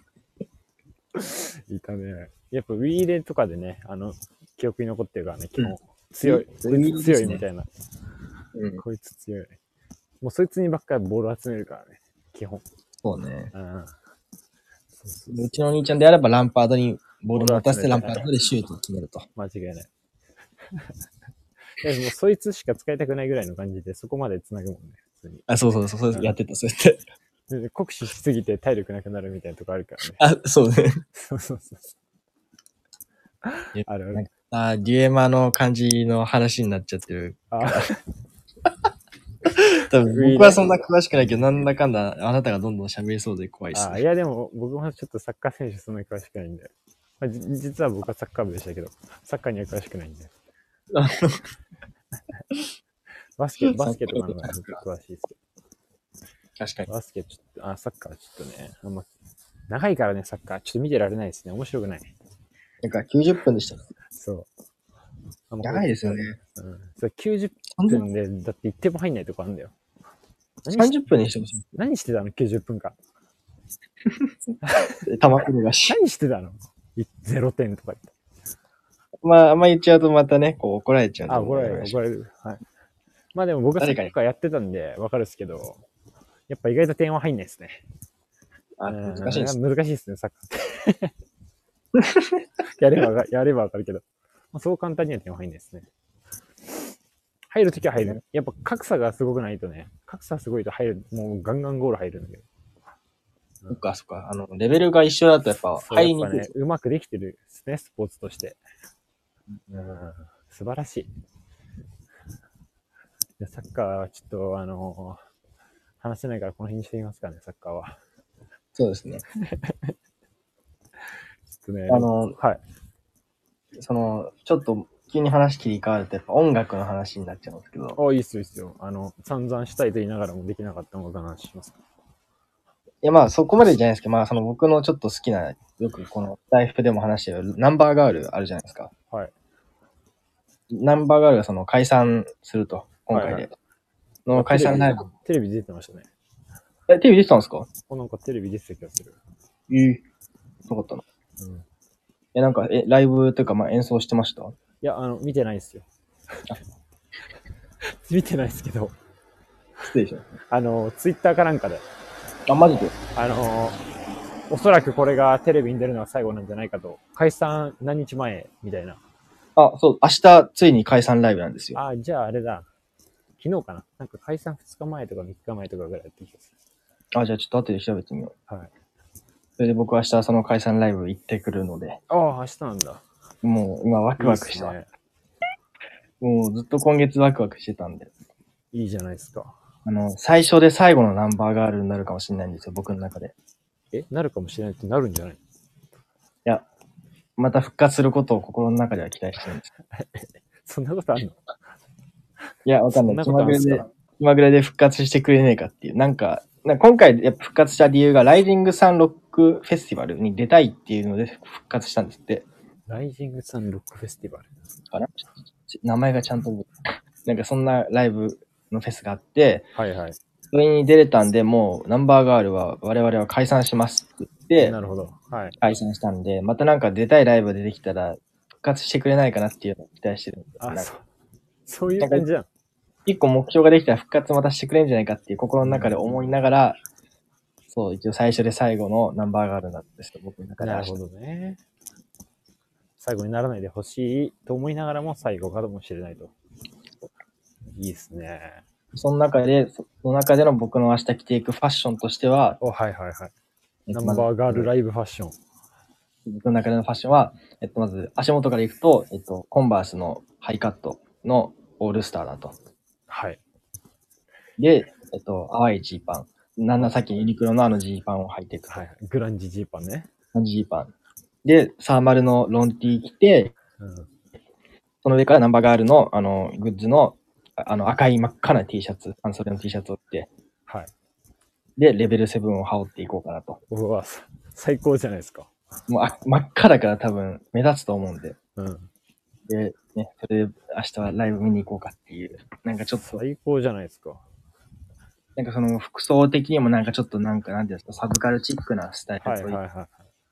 Speaker 1: いたね。やっぱウィーレとかでね、あの、記憶に残ってるからね、基本。
Speaker 2: うん
Speaker 1: 強い。
Speaker 2: ウィ
Speaker 1: こい
Speaker 2: ウィーレで
Speaker 1: つ
Speaker 2: すね
Speaker 1: 強いみたいな。
Speaker 2: ド。うん。
Speaker 1: こいつ強い。もうそいつにばっかりボール集めるからね。基本。
Speaker 2: そうね。
Speaker 1: うん。そうそう
Speaker 2: うちのお兄ちゃんであればランパードにボールを持たせてランパードでシュートを決めると。
Speaker 1: 間違い ない。でもうそいつしか使いたくないぐらいの感じで、そこまで繋ぐもんね、普通に。
Speaker 2: あ、そうそうそう、そうやってた、そうやって。。
Speaker 1: で酷使しすぎて体力なくなるみたいなとこあるからね
Speaker 2: あ、そうね。
Speaker 1: そうそうそうそう。あるあ
Speaker 2: なん
Speaker 1: る。
Speaker 2: あ、デュエマの感じの話になっちゃってる。
Speaker 1: あ
Speaker 3: 多分僕はそんな詳しくないけど、なんだかんだあなたがどんどん喋りそうで怖いです
Speaker 1: あい
Speaker 3: ね。
Speaker 1: やでも僕もちょっとサッカー選手そんなに詳しくないんで、まあ、じ実は僕はサッカー部でしたけどサッカーには詳しくないん で
Speaker 3: あ
Speaker 1: バスケバスケとかの方が詳しいですけ
Speaker 3: 確かに。
Speaker 1: どバスケちょっとあサッカーはちょっとねあんま長いからねサッカーちょっと見てられないですね面白くない
Speaker 2: なんか90分でしたね。
Speaker 1: そうあんま
Speaker 2: 長いですよね。
Speaker 1: うん、それ90分でだって一点も入んないとこあるんだよ何し
Speaker 2: 30分にしてほしい。
Speaker 1: 何してたの90分間
Speaker 3: 玉くるがし。
Speaker 1: 何してたのい0点とか言って
Speaker 3: まあ、あんま言っちゃうとまたね、こう怒られちゃうんで。
Speaker 1: あ、怒られる、怒られる。はい。まあでも僕はサ
Speaker 3: 誰かに
Speaker 1: ッカーやってたんで、わかるですけど、やっぱ意外と点は入んないですね。
Speaker 3: あ
Speaker 1: うん
Speaker 3: 難しいです。
Speaker 1: 難しいですね、サッカーって。や ればわか、やればわかるけど。まあ、そう簡単には点は入んないですね。入るときは入る。やっぱ格差がすごくないとね、格差すごいと入る、もうガンガンゴール入るんだけど。
Speaker 2: そっか、そっか。あの、レベルが一緒だとやっぱ入り
Speaker 1: や
Speaker 2: に
Speaker 1: っ
Speaker 2: く
Speaker 1: ぱ
Speaker 2: い
Speaker 1: ね。、うまくできてるですね、スポーツとして。
Speaker 2: うん
Speaker 1: 素晴らしい。いやサッカーはちょっと、あの話せないからこの辺にしてみますかね、サッカーは。
Speaker 2: そうですね。
Speaker 1: ちょっとね、
Speaker 2: あの、
Speaker 1: はい。
Speaker 2: その、ちょっと急に話切り替わるとやっぱ音楽の話になっちゃうんですけど、
Speaker 1: あ、いいっすよ、いいっすよ。あの、散々したいと言いながらもできなかったのか話しますか。
Speaker 2: いやまあそこまでじゃないですけど、まあその僕のちょっと好きな、よくこのライフでも話してるナンバーガールあるじゃないですか。
Speaker 1: はい。
Speaker 2: ナンバーガールがその解散すると、今回で。
Speaker 1: はいは
Speaker 2: の解散ライブ。
Speaker 1: テレビ出てましたね。
Speaker 2: え、テレビ出てたんですか
Speaker 1: あなんかテレビ出てた気がする。
Speaker 2: ええ。よかったな。
Speaker 1: うん。い
Speaker 2: え、なんか、え、ライブというか、まあ演奏してました
Speaker 1: や、あの、見てないっすよ。 見てないっすけど、
Speaker 2: 失礼しまし
Speaker 1: あの、ツイッターかなんかで、
Speaker 2: た。あ、マジで
Speaker 1: あのおそらくこれがテレビに出るのが最後なんじゃないかと、解散何日前みたいな。
Speaker 2: あ、そう、明日、ついに解散ライブなんですよ。
Speaker 1: あ、じゃああれだ。昨日かななんか解散2日前とか3日前とかぐらいやってきたす
Speaker 2: あ、じゃあちょっと後で調べてみよう。
Speaker 1: はい。
Speaker 2: それで僕は明日その解散ライブ行ってくるので、
Speaker 1: ああ、明日なんだ。
Speaker 2: もう今ワクワクした。
Speaker 1: いいっすね
Speaker 2: もうずっと今月ワクワクしてたんで。
Speaker 1: いいじゃないですか。
Speaker 2: あの、最初で最後のナンバーガールになるかもしれないんですよ、僕の中で。
Speaker 1: え、なるかもしれないってなるんじゃない
Speaker 2: いや、また復活することを心の中では期待してるんです。
Speaker 1: そんなことあるの
Speaker 2: いや、わかん
Speaker 1: そ
Speaker 2: なんい。
Speaker 1: な
Speaker 2: 気
Speaker 1: ことあ
Speaker 2: ま
Speaker 1: るんで
Speaker 2: ぐれ
Speaker 1: す
Speaker 2: で
Speaker 1: か、
Speaker 2: 気まぐれで復活してくれねえかっていう。なんか、なんか今回やっぱ復活した理由がライジングサンロックフェスティバルに出たいっていうので復活したんですって。
Speaker 1: ライジングサンロックフェスティバル。
Speaker 2: かなちょっとち名前がちゃんと覚えてないなんかそんなライブのフェスがあって、
Speaker 1: はいはい。
Speaker 2: それに出れたんで、もうナンバーガールは我々は解散しますって言って
Speaker 1: な、るほど。はい。
Speaker 2: 解散したんで、またなんか出たいライブ出てきたら復活してくれないかなっていうのを期待してるんです
Speaker 1: あ、
Speaker 2: なん
Speaker 1: そ
Speaker 2: か
Speaker 1: う。そういう感じだ。
Speaker 2: 一個目標ができたら復活またしてくれんじゃないかっていう心の中で思いながら、そう、一応最初で最後のナンバーガールなんですけど、僕の中で
Speaker 1: な
Speaker 2: 明
Speaker 1: る
Speaker 2: 日。
Speaker 1: ほどね。最後にならないでほしいと思いながらも最後かもしれないと。いいですね。
Speaker 2: その中で、その中での僕の明日着ていくファッションとしては、
Speaker 1: お、はいはいはい。
Speaker 2: えっ
Speaker 1: ナ
Speaker 2: と
Speaker 1: ン
Speaker 2: ま
Speaker 1: バ
Speaker 2: ず
Speaker 1: ーガールライブファッション。
Speaker 2: 僕の中でのファッションは、えっと、まず足元から行くと、えっと、コンバースのハイカットのオールスターだと。
Speaker 1: はい。
Speaker 2: で、えっと、淡いジーパン。なんださっきユニクロのあのジーパンを履いていくと。
Speaker 1: はい。グランジジーパンね。
Speaker 2: あのジーパン。で、サーマルのロンティー着て、
Speaker 1: うん。
Speaker 2: その上からナンバーガールの、あの、グッズの、ああの、赤い真っ赤な T シャツ、半袖の T シャツを着て、
Speaker 1: はい。
Speaker 2: で、レベル7を羽織っていこうかなと。
Speaker 1: うわ、さ最高じゃないですか。
Speaker 2: もうあ、真っ赤だから多分、目立つと思うんで。
Speaker 1: うん。
Speaker 2: で、ね、それで明日はライブ見に行こうかっていう。なんかちょっと、
Speaker 1: 最高じゃないですか。
Speaker 2: なんかその服装的にもなんかちょっとなんかなんていうんですか、サブカルチックなスタイル
Speaker 1: はい
Speaker 2: と
Speaker 1: はい
Speaker 2: いう、
Speaker 1: はいはい。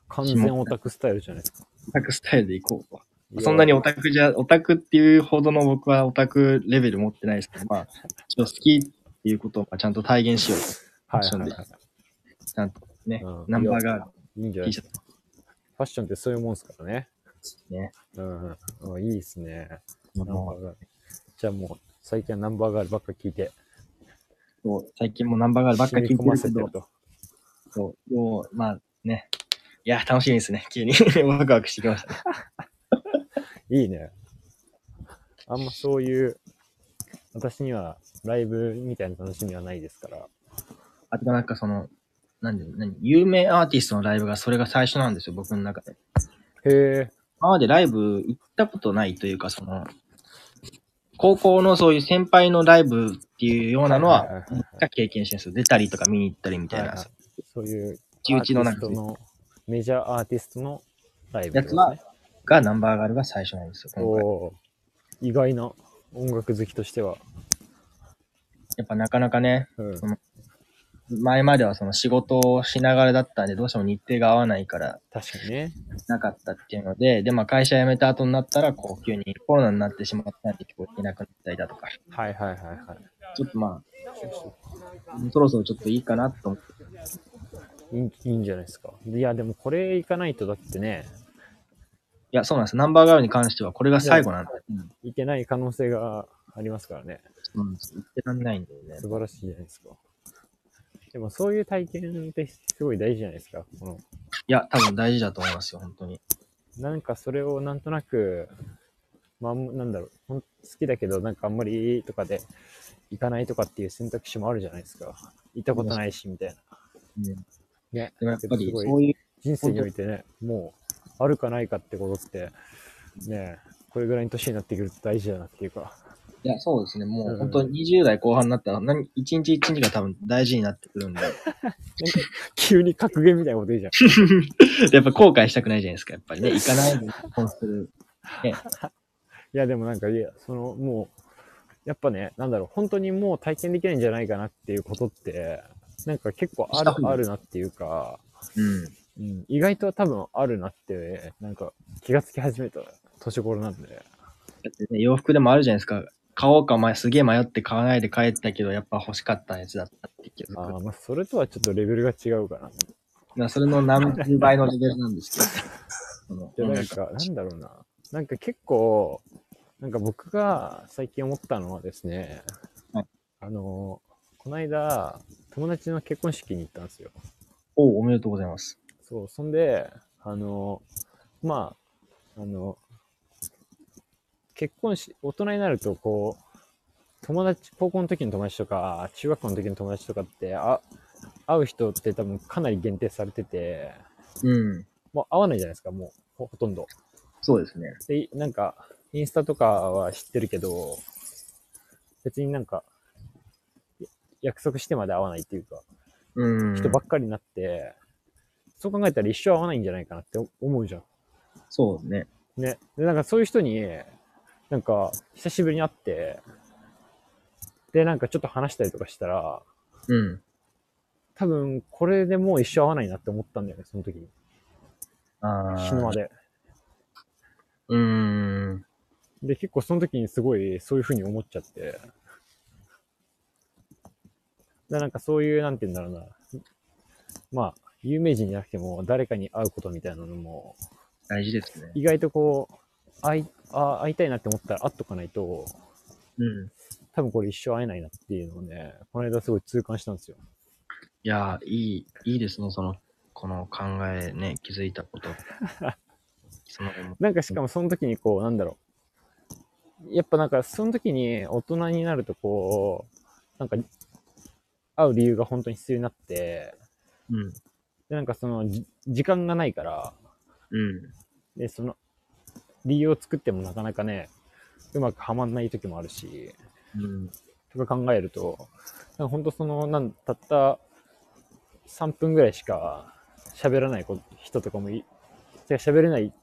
Speaker 1: 完全オタクスタイルじゃないですか。
Speaker 2: オタクスタイルでいこうと。そんなにオタクじゃ、オタクっていうほどの僕はオタクレベル持ってないですけど、まあ、一応好きっていうことをまあちゃんと体現しようと。
Speaker 1: はい
Speaker 2: ファッション
Speaker 1: はい
Speaker 2: で
Speaker 1: はい。
Speaker 2: ちゃんとね、
Speaker 1: うん
Speaker 2: ナンバーガ
Speaker 1: いいんじ
Speaker 2: ー
Speaker 1: ゃな
Speaker 2: ル、
Speaker 1: い
Speaker 2: T
Speaker 1: で
Speaker 2: シ
Speaker 1: す
Speaker 2: ャ
Speaker 1: か。
Speaker 2: ツ
Speaker 1: ファッションってそういうもんですからね。
Speaker 2: ね。
Speaker 1: うんうん。あいいですね。
Speaker 2: もう
Speaker 1: ナンバーガール。じゃあもう、最近はナンバーガールばっか聞いて、
Speaker 2: そう最近もナンバーガールばっか聞いて
Speaker 1: 染み込ま
Speaker 2: る
Speaker 1: せ
Speaker 2: け
Speaker 1: て
Speaker 2: ど
Speaker 1: る、と。
Speaker 2: そう、もう、まあね。いや、楽しみですね。急に ワクワクしてきましたね。
Speaker 1: いいね。あんまそういう、私にはライブみたいな楽しみはないですから。
Speaker 2: あとなんかその、なんで、何有名アーティストのライブがそれが最初なんですよ、僕の中で。
Speaker 1: へえ、
Speaker 2: 今までライブ行ったことないというか、その、高校のそういう先輩のライブっていうようなの
Speaker 1: はいはい
Speaker 2: は
Speaker 1: はいはい、
Speaker 2: 経験してるんですよ。出たりとか見に行ったりみたい
Speaker 1: はい
Speaker 2: な
Speaker 1: は。そういう
Speaker 2: 内々の
Speaker 1: アーテ
Speaker 2: 中
Speaker 1: ィスト
Speaker 2: で
Speaker 1: のメジャーアーティストのライブ
Speaker 2: や
Speaker 1: ってこ
Speaker 2: つ
Speaker 1: と
Speaker 2: は、がナンバーガールが最初なんですよ、今
Speaker 1: お
Speaker 2: 回。
Speaker 1: おー意外な音楽好きとしては。
Speaker 2: やっぱなかなかね、
Speaker 1: うん。
Speaker 2: 前まではその仕事をしながらだったんで、どうしても日程が合わないから
Speaker 1: 確かにね。
Speaker 2: なかったっていうので、で、まあ会社辞めた後になったら、こう急にコロナになってしまったんで、結構行けなくなったりだとか、
Speaker 1: はいはいはいはい。
Speaker 2: ちょっとまあ、そろそろちょっといいかなと思って、
Speaker 1: いいいいんじゃないですか。いや、でもこれ行かないとだってね、
Speaker 2: いや、そうなんです。ナンバーガールに関してはこれが最後なんで、うん
Speaker 1: 行けない可能性がありますからね。
Speaker 2: そうなんです。行ってらんないんだよね。
Speaker 1: 素晴らしいじゃないですか。でもそういう体験ってすごい大事じゃないですか。この
Speaker 2: いや、多分大事だと思いますよ、本当に。
Speaker 1: なんかそれをなんとなく、まあ、なんだろう、ほん好きだけど、なんかあんまりとかで行かないとかっていう選択肢もあるじゃないですか。行ったことないし、みたいな。
Speaker 2: うん
Speaker 1: ね。
Speaker 2: でもやっぱ
Speaker 1: す
Speaker 2: り、
Speaker 1: ごい
Speaker 2: そういう、
Speaker 1: 人生においてね、もう、あるかないかってことって、ねえ、これぐらいの年になってくると大事だなっていうか。
Speaker 2: いや、そうですね。も
Speaker 1: う
Speaker 2: うん本当に20代後半になったら、何、一日一日が多分大事になってくるんで、
Speaker 1: 急に格言みたいなこと言うじゃん。
Speaker 2: やっぱ後悔したくないじゃないですか、やっぱりね。行かないで、こうする。
Speaker 1: いや、でもなんか、いや、その、もう、やっぱね、なんだろう、本当にもう体験できないんじゃないかなっていうことって、なんか結構あ
Speaker 2: した方
Speaker 1: る、
Speaker 2: が
Speaker 1: あるなっていうか、
Speaker 2: うん。
Speaker 1: うん、意外と多分あるなって、なんか気がつき始めた年頃なんで。
Speaker 2: だってね、洋服でもあるじゃないですか。買おうか、ますげえ迷って買わないで帰ったけど、やっぱ欲しかったやつだったって気づ
Speaker 1: あ
Speaker 2: く。
Speaker 1: ーまあ、それとはちょっとレベルが違うかな。
Speaker 2: まあ、それの何十倍のレベルなんですけど。その
Speaker 1: で、なんか、なんだろうな。なんか結構、なんか僕が最近思ったのはですね、
Speaker 2: はい
Speaker 1: あの、この間、友達の結婚式に行ったんですよ。
Speaker 2: おうおめでとうございます。
Speaker 1: そう、そんで、あの、まあ、あの、結婚し、大人になると、こう、友達、高校の時の友達とか、中学校の時の友達とかって、あ、会う人って多分かなり限定されてて、
Speaker 2: うん。
Speaker 1: もう会わないじゃないですか、もう、ほほとんど。
Speaker 2: そうですね。
Speaker 1: で、いなんか、インスタとかは知ってるけど、別になんか、や約束してまで会わないっていうか、
Speaker 2: うん。
Speaker 1: 人ばっかりになって、そう考えたら一生会わないんじゃないかなって思うじゃん。
Speaker 2: そうね。
Speaker 1: ね。で、なんかそういう人に、なんか、久しぶりに会って、で、なんかちょっと話したりとかしたら、
Speaker 2: うん。
Speaker 1: 多分、これでもう一生会わないなって思ったんだよね、その時に。
Speaker 2: ああ。
Speaker 1: 死ぬま。で。
Speaker 2: うーん。
Speaker 1: で、結構その時にすごい、そういう風に思っちゃって。で、なんかそういう、なんて言うんだろうな。まあ、有名人じゃなくても、誰かに会うことみたいなのも、
Speaker 2: 大事ですね。
Speaker 1: 意外とこう、会い、あ会いたいなって思ったら会っとかないと、
Speaker 2: うん。
Speaker 1: 多分これ一生会えないなっていうのをね、この間すごい痛感したんですよ。
Speaker 2: いやー、いい、いいですね、その、この考えね、気づい たこと。その
Speaker 1: なんかしかもその時にこう、なんだろう。やっぱなんかその時に大人になるとこう、なんか会う理由が本当に必要になって、
Speaker 2: うん。
Speaker 1: でなんかそのじ時間がないから、
Speaker 2: うん。
Speaker 1: で、その理由を作ってもなかなかね、うまくはまんない時もあるし、
Speaker 2: うん。
Speaker 1: とか考えると、なんか本当その、なんたった3分ぐらいしか喋らない子人とかもい、てか喋れない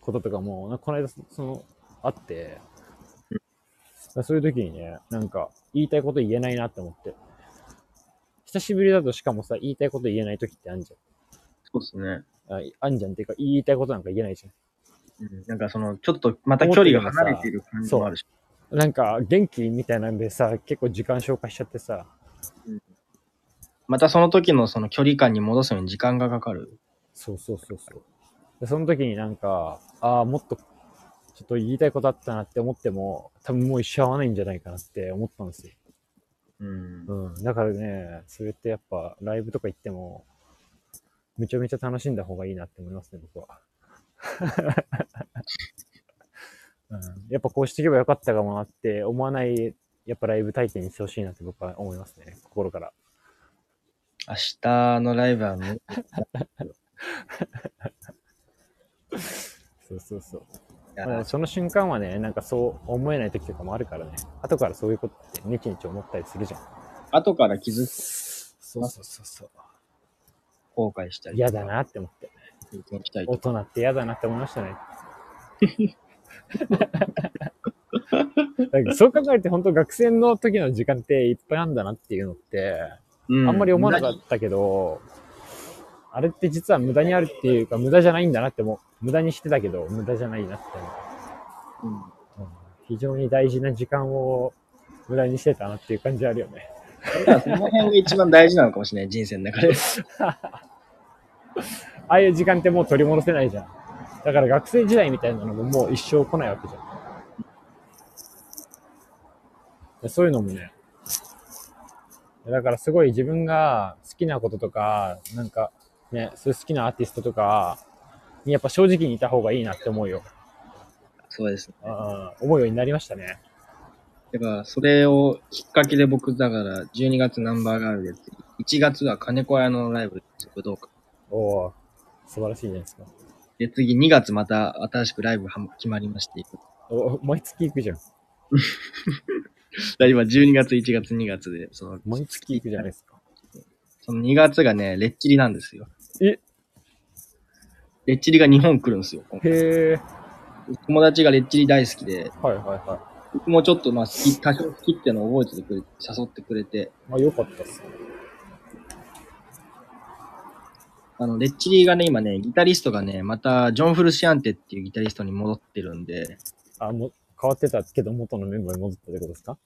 Speaker 1: こととかも、なんかこの間そその、あって、だからそういう時にね、なんか言いたいこと言えないなって思って。久しぶりだとしかもさ、言いたいこと言えない時ってあんじ
Speaker 2: そうですね。
Speaker 1: ゃん。ああんじゃんっていうか、言いたいことなんか言えないじ
Speaker 2: うん、なんかその、ちょっと、また距離が離れてる感じもあるし。
Speaker 1: ゃん。なんか元気みたいなんでさ、結構時間消化しちゃってさ、
Speaker 2: またその時のその距離感に戻すのに時間がかかる。
Speaker 1: そうそうそうそう。で、その時になんか、ああ、もっと、ちょっと言いたいことあったなって思っても、多分もう一生会わないんじゃないかなって思ったんですよ。
Speaker 2: うん。
Speaker 1: うん。だからね、それってやっぱ、ライブとか行っても、めちゃめちゃ楽しんだ方がいいなって思いますね、僕 は。うん、やっぱこうしていけばよかったかもなって思わないやっぱライブ体験にしてほしいなって僕は思いますね。心から。
Speaker 2: 明日のライブはね、
Speaker 1: そうそうそう。
Speaker 2: や
Speaker 1: ま
Speaker 2: ら
Speaker 1: あその瞬間はね、なんかそう思えない時とかもあるからね。後からそういうことってニチニチ思ったりするじゃん。
Speaker 2: 後から気づく
Speaker 1: そうそうそうそう。
Speaker 2: 後悔したり、
Speaker 1: 嫌だなって思って。
Speaker 2: 経験したりと
Speaker 1: 大人って嫌だなって思いました ね。なんかそう考えると本当学生の時の時間っていっぱいあんだなっていうのって、あんまり思わなか
Speaker 2: た。
Speaker 1: ったけど、あれって実は無駄にあるっていうか無駄じゃないんだなって思う。無駄にしてたけど無駄じゃないなって思う。
Speaker 2: うん
Speaker 1: うん非常に大事な時間を無駄にしてたなっていう感じあるよね。
Speaker 2: だからその辺が一番大事なのかもしれない、人生の中で。
Speaker 1: ああいう時間ってもう取り戻せないじゃん。だから学生時代みたいなのももう一生来ないわけじゃん。そういうのもね。だからすごい自分が好きなこととか、なんかね、そういう好きなアーティストとかにやっぱ正直にいた方がいいなって思うよ。
Speaker 2: そうですね。
Speaker 1: ああ思うようになりましたね。
Speaker 2: だから、それをきっかけで僕、だから、12月ナンバーガールで、1月は金子屋のライブです、武道館。
Speaker 1: おお素晴らしいじゃないですか。
Speaker 2: で、次2月また新しくライブは決まりまして、
Speaker 1: お毎月行くじゃん。
Speaker 2: だ今12月、1月、2月で、その、
Speaker 1: 毎月行くじゃないですか。
Speaker 2: その2月がね、レッチリなんですよ。
Speaker 1: え
Speaker 2: レッチリが日本来るんですよ。今回
Speaker 1: へえ、
Speaker 2: 友達がレッチリ大好きで、
Speaker 1: はいはいはい。
Speaker 2: 僕もちょっとまあ好き、多少好きってのを覚えててくれ、誘ってくれて、
Speaker 1: まあ良かったっすね。
Speaker 2: あの、レッチリがね、今ね、ギタリストがね、また、ジョン・フルシアンテっていうギタリストに戻ってるんで、
Speaker 1: あ、もう変わってたけど元のメンバーに戻ったってことですか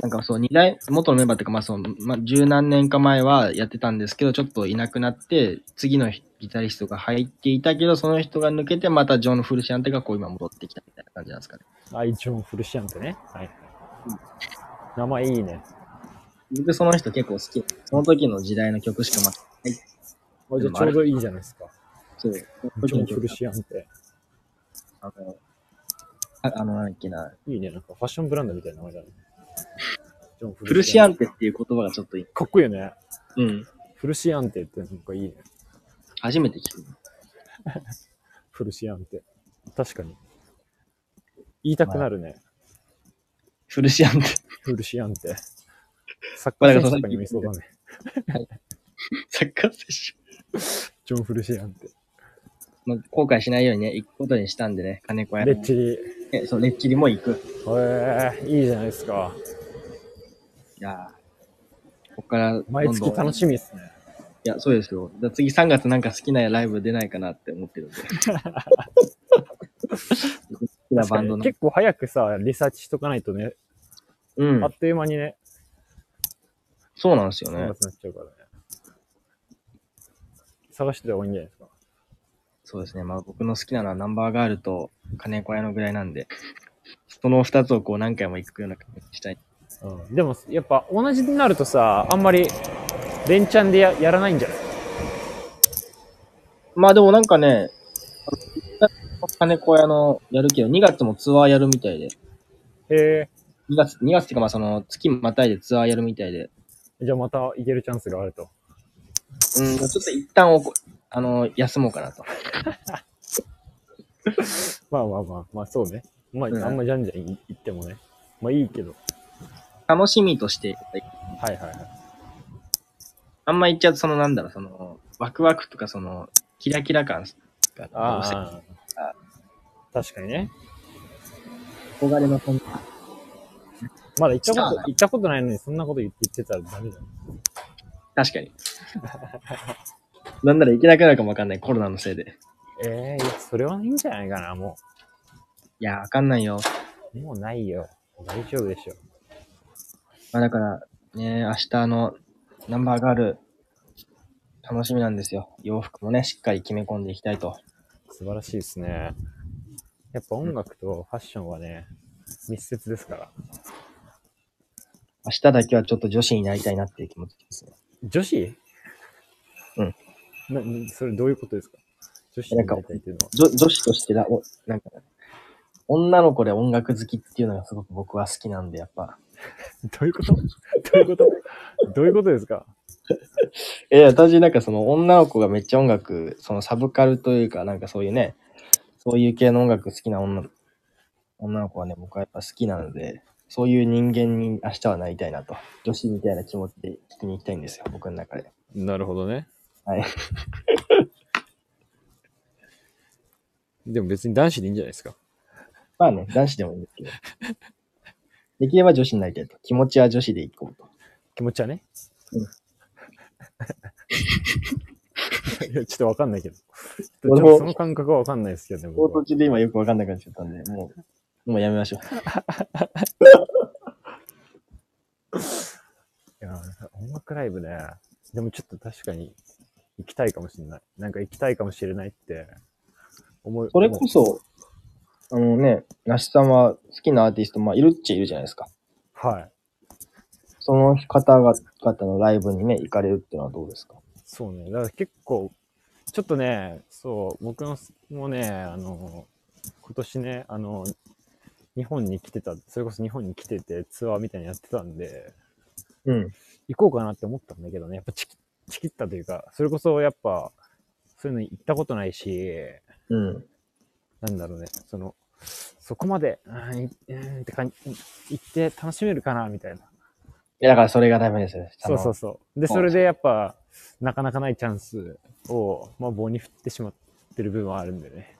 Speaker 2: なんかそう、二代、元のメンバーっていうか、まあそう、まあ、十何年か前はやってたんですけど、ちょっといなくなって、次のギタリストが入っていたけど、その人が抜けて、またジョン・フルシアンテがこう今戻ってきたみたいな感じなんですかね。
Speaker 1: アイジョン・フルシアンってね。はい。名前いいね。
Speaker 2: 僕その人結構好き。その時の時代の曲しかま、
Speaker 1: あじゃあちょうどいいじゃないですか。
Speaker 2: そう。ジ
Speaker 1: ジョン・フルシアンって。
Speaker 2: あの、ああの、なんだっけな、
Speaker 1: いいね。なんかファッションブランドみたいな名前だね。ジ ョン・フ
Speaker 2: フルシア
Speaker 1: ン。
Speaker 2: ンテっていう言葉がちょっといい。
Speaker 1: かっこいいよね。
Speaker 2: うん。
Speaker 1: フルシアンテってなんかいいね。
Speaker 2: 初めて聞く。
Speaker 1: フルシアンテ。確かに。言いたくなるね。
Speaker 2: フルシアンテ。
Speaker 1: フルシアン テ。サッカー選手とかに見そうだね。
Speaker 2: サッカー選手。
Speaker 1: ジョン・フルシアンテ。
Speaker 2: まあ、後悔しないようにね、行くことにしたんでね、金子屋
Speaker 1: レッチリ。へ
Speaker 2: リ。そう、レッチリも行く。
Speaker 1: えいいじゃないですか。
Speaker 2: いやーこっからどんどん、
Speaker 1: 毎月楽しみですね。
Speaker 2: いや、そうですよ。だ次3月なんか好きなライブ出ないかなって思 ってるんで。好きな
Speaker 1: 確
Speaker 2: バ
Speaker 1: か
Speaker 2: ンド
Speaker 1: に
Speaker 2: の。
Speaker 1: 結構早くさ、リサーチしとかないとね、
Speaker 2: うん
Speaker 1: あ。っという間にね、
Speaker 2: そうなんですよ
Speaker 1: な
Speaker 2: ね
Speaker 1: く。なっちゃうからね。探してた方がいいんじゃないですか。
Speaker 2: そうですね。まあ僕の好きなのはナンバーガールと金子屋のぐらいなんで、その2つをこう何回も行くような感じにしたい。
Speaker 1: うん、でも、やっぱ同じになるとさ、あんまり連チャンでややらないんじゃない
Speaker 2: まあでもなんかね、金子屋のやるけど、2月もツアーやるみたいで、
Speaker 1: へ
Speaker 2: 2月、2月っていうかまあその月またいでツアーやるみたいで、
Speaker 1: え、じゃあまた行けるチャンスがあると。
Speaker 2: うん、ちょっと一旦おこ、あの、休もうかなと。
Speaker 1: まあまあまあ、まあそうね。まあ、
Speaker 2: うん
Speaker 1: あんまじゃんじゃん行ってもね。まあいいけど。
Speaker 2: 楽しみとして、
Speaker 1: はいはいはい。
Speaker 2: あんま言っちゃうとそのなんだろう、その、ワクワクとかその、キラキラ感が、どうしても
Speaker 1: ああ。確かにね。
Speaker 2: 憧れの本
Speaker 1: まだ行ったこ
Speaker 2: そう
Speaker 1: と
Speaker 2: だ、
Speaker 1: 行ったことないのにそんなこと言って言ってたらダメだよ。
Speaker 2: 確かに。なんなら行けなくなるかもわかんない、コロナのせいで。
Speaker 1: ええいや、それはいいんじゃないかな、もう。
Speaker 2: いや、わかんないよ。
Speaker 1: もうないよ。大丈夫でしょ。
Speaker 2: まあだから、ね、明日のナンバーガール、楽しみなんですよ。洋服もね、しっかり決め込んでいきたいと。
Speaker 1: 素晴らしいですね。やっぱ音楽とファッションはね、密接ですから。
Speaker 2: 明日だけはちょっと女子になりたいなっていう気持ちですね。
Speaker 1: 女子
Speaker 2: うん。
Speaker 1: な、なそれどういうことですか女子
Speaker 2: な
Speaker 1: に
Speaker 2: んか
Speaker 1: なりたいっていうのは。
Speaker 2: 女女子としてだ、おなんか、女の子で音楽好きっていうのがすごく僕は好きなんで、やっぱ、
Speaker 1: どういうこと どういうことどういうことですか
Speaker 2: え、私なんかその女の子がめっちゃ音楽、そのサブカルというか、なんかそういうね、そういう系の音楽好きな女の女の子はね、僕はやっぱ好きなので、そういう人間に明日はなりたいなと。女子みたいな気持ちで聞きに行きたいんですよ、僕の中で。
Speaker 1: なるほどね。
Speaker 2: はい。
Speaker 1: でも別に男子でいいんじゃないですか。
Speaker 2: まあね、男子でもいいんです けど。できれば女子になりたいと。気持ちは女子で行こうと。
Speaker 1: 気持ちはね
Speaker 4: うん。
Speaker 1: いや、ちょっとわかんないけど。ちょっ
Speaker 2: 俺
Speaker 1: と
Speaker 2: も
Speaker 1: その感覚はわかんないですけどね。
Speaker 2: 冒
Speaker 1: 僕
Speaker 2: 頭
Speaker 1: は
Speaker 2: 中で今よくわかんなくなっちゃったんで、もう、もうやめましょう。
Speaker 1: いや音楽ライブね。でもちょっと確かに行きたいかもしれない。なんか行きたいかもしれないって思う。
Speaker 2: それこそ、あのね、なしさんは好きなアーティスト、まあ、いるっちゃいるじゃないですか。
Speaker 1: 思う。はい。
Speaker 2: その方々のライブにね、行かれるっていうのはどうですか
Speaker 1: そうね。だから結構、ちょっとね、そう、僕のもね、あの、今年ね、あの、日本に来てた、それこそ日本に来ててツアーみたいにやってたんで、
Speaker 2: うん。
Speaker 1: 行こうかなって思ったんだけどね、やっぱチキチキったというか、それこそやっぱ、そういうの行ったことないし、
Speaker 2: うん。
Speaker 1: なんだろうね、その、そこまで、うん、いうんって感じ、行って楽しめるかな、みたいな。
Speaker 2: いやだからそれがダメですよ。。
Speaker 1: そうそううそう。で、
Speaker 2: うん
Speaker 1: それでやっぱ、なかなかないチャンスを、まあ、棒に振ってしまってる部分はあるんでね。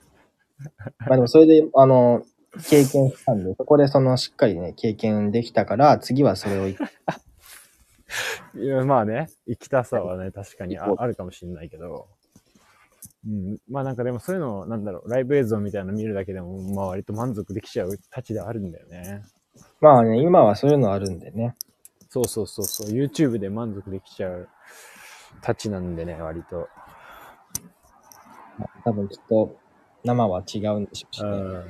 Speaker 2: まあでもそれで、あの、経験したんで、そこでそのしっかりね、経験できたから、次はそれを行く。
Speaker 1: いや、まあね、行きたさはね、確かにあ
Speaker 2: 行こ
Speaker 1: あるかもしれないけど、うん、まあなんかでもそういうのを、なんだろう、ライブ映像みたいなの見るだけでも、まあ割と満足できちゃうたちではあるんだよね。
Speaker 2: まあね、今はそういうのあるんでね。
Speaker 1: そうそうそうそう、YouTube で満足できちゃうたちなんでね、割と。
Speaker 2: 多分きっと、生は違うんでしょうし
Speaker 1: う
Speaker 2: ね。
Speaker 1: ん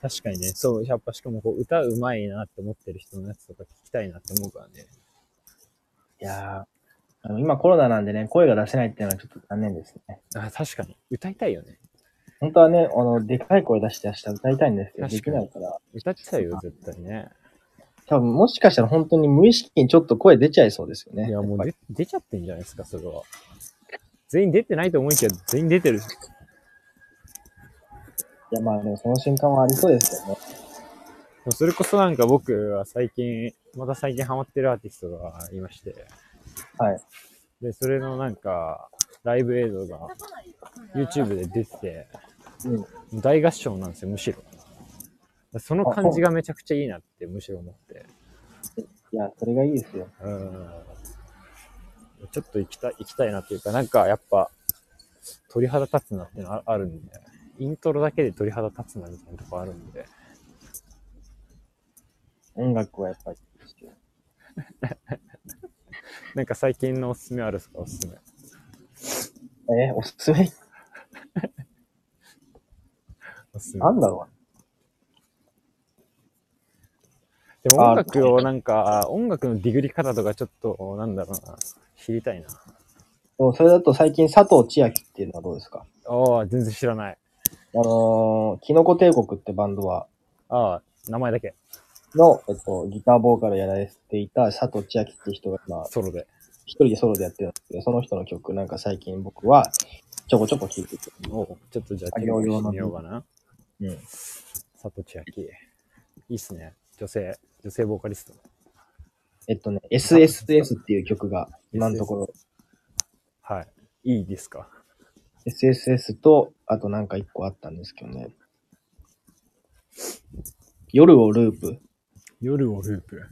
Speaker 1: 確かにね、そう、やっぱしかもこう歌うまいなって思ってる人のやつとか聞きたいなって思うからね。
Speaker 2: いやーあの今コロナなんでね、声が出せないっていうのはちょっと残念ですね。
Speaker 1: あ確かに。歌いたいよね。
Speaker 2: 本当はね、あの、でかい声出して明日歌いたいんですけど、で
Speaker 1: 確
Speaker 2: き
Speaker 1: かに
Speaker 2: ないから。
Speaker 1: 歌ってたいよ、絶対ね。
Speaker 2: 多分もしかしたら本当に無意識にちょっと声出ちゃいそうですよね。
Speaker 1: いや、も
Speaker 2: っぱ
Speaker 1: う
Speaker 2: り
Speaker 1: 出出ちゃってんじゃないですか、それは。全員出てないと思いきや、全員出てる。
Speaker 2: いや、まあでもその瞬間はありそうですよね。
Speaker 1: それこそなんか僕は最近、また最近ハマってるアーティストがいまして。
Speaker 2: はい。
Speaker 1: で、それのなんか、ライブ映像が YouTube で出てて、
Speaker 2: うん。
Speaker 1: 大合唱なんですよ、むしろ。その感じがめちゃくちゃいいなって、むしろ思って。
Speaker 2: いや、それがいいですよ。
Speaker 1: うん。ちょっと行きたい、行きたいなっていうか、なんかやっぱ、鳥肌立つなってのああるんで、イントロだけで鳥肌立つなみたいなとこあるんで、
Speaker 2: 音楽はやっぱり。
Speaker 1: なんか最近のおすすめあるっすか、おすすめ。
Speaker 2: えーおすすめ
Speaker 1: おすすめ
Speaker 2: なんだろ
Speaker 1: でも音楽をなんか、音楽のディグり方とかちょっと、なんだろうな、知りたいな。
Speaker 2: うそうそれだと最近佐藤千秋っていうのはどうですか
Speaker 1: ああ、全然知らない。
Speaker 2: あのー、キノコ帝国ってバンドは、
Speaker 1: ああ、名前だけ、
Speaker 2: の、えっと、ギターボーカルをやられていた佐藤千秋っていう人が、まあ、
Speaker 1: ソロで。
Speaker 2: 一人でソロでやってるんですけど、その人の曲なんか最近僕はちょこちょこ聴いてて。
Speaker 1: おうちょっとじゃあ、
Speaker 2: 作業用の
Speaker 1: 見ようかな。
Speaker 2: うん。
Speaker 1: 佐藤千秋。いいっすね。女性、女性ボーカリスト。
Speaker 2: えっとね、SSS っていう曲が今のところ、
Speaker 1: はい。いいですか。
Speaker 2: SSS と、あとなんか一個あったんですけどね。夜をループ
Speaker 1: 夜をループ。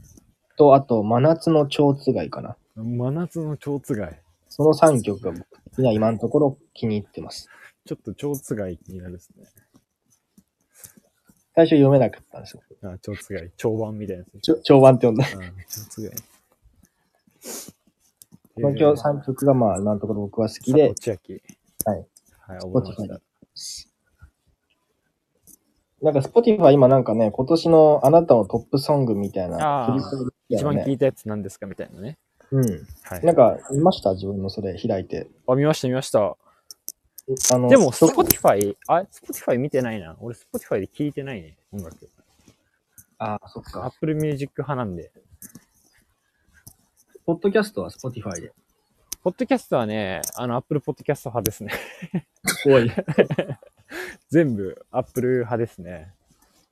Speaker 2: と、あと、真夏の蝶つがいかな。
Speaker 1: 真夏の蝶つがい。
Speaker 2: その3曲が僕的には今のところ気に入ってます。
Speaker 1: ちょっと蝶つがい気になるですね。
Speaker 2: 最初読めなかったんですよ。
Speaker 1: あ、蝶つがい。蝶番みたいなやつ。
Speaker 2: ちょ蝶番って読んだ。
Speaker 1: あ蝶つがい。
Speaker 2: この曲3曲がまあ今のところ僕は好き
Speaker 1: で。
Speaker 2: で
Speaker 1: 佐、藤千秋。
Speaker 2: はい。
Speaker 1: はい、覚えました。
Speaker 2: なんか Spotify 今なんかね、今年のあなたのトップソングみたいな
Speaker 1: あー
Speaker 2: 振り返りみたい
Speaker 1: 一
Speaker 2: な
Speaker 1: 番
Speaker 2: ね、
Speaker 1: 聞いたやつなんですかみたいなね。
Speaker 2: う
Speaker 1: はい
Speaker 2: ん。。なんか、見ました自分のそれ開いて。
Speaker 1: あ、見ました、見ました。
Speaker 2: あの、
Speaker 1: でも、
Speaker 2: そ
Speaker 1: Spotify、あ、Spotify 見てないな。俺、Spotify で聞いてないね、音楽。
Speaker 2: ああ、そっか。
Speaker 1: Apple Music 派なんで。
Speaker 2: ポッドキャストは Spotify で。
Speaker 1: ポッドキャストはね、あの、Apple Podcast 派 ですね。
Speaker 2: おい。
Speaker 1: 全部 Apple 派ですね。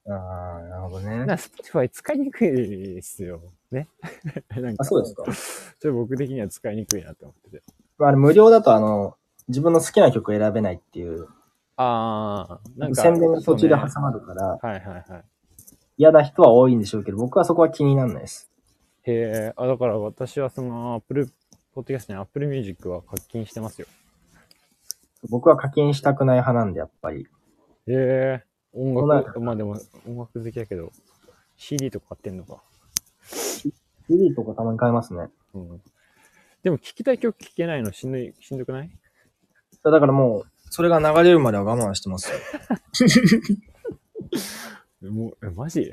Speaker 2: ああ、なるほどね。
Speaker 1: な、Spotify 使いにくいですよ。ね。 なん
Speaker 2: あ、
Speaker 1: か、
Speaker 2: そうですか。
Speaker 1: ちょっと僕的には使いにくいなって思ってて。
Speaker 2: まあ、あれ無料だと、あの、自分の好きな曲選べないっていう、
Speaker 1: あー、なんか、
Speaker 2: 宣伝が途中で
Speaker 1: そうね
Speaker 2: 挟まるから、
Speaker 1: はいはいはい。
Speaker 2: 嫌な人は多いんでしょうけど、僕はそこは気にならないです。
Speaker 1: へえ、あ、だから私はその Apple Podcast に Apple Music は課金してますよ。
Speaker 2: 僕は課金したくない派なんで、やっぱり。
Speaker 1: へえ、音楽、
Speaker 2: そ
Speaker 1: まあでも音楽好きだけど、CD とか買ってんのか。
Speaker 2: CD とかたまに買いますね。
Speaker 1: うん。でも聞きたい曲聞けないのしんどい、しんどくない
Speaker 2: だからもう、それが流れるまでは我慢してますよ。
Speaker 1: もう、え、マジ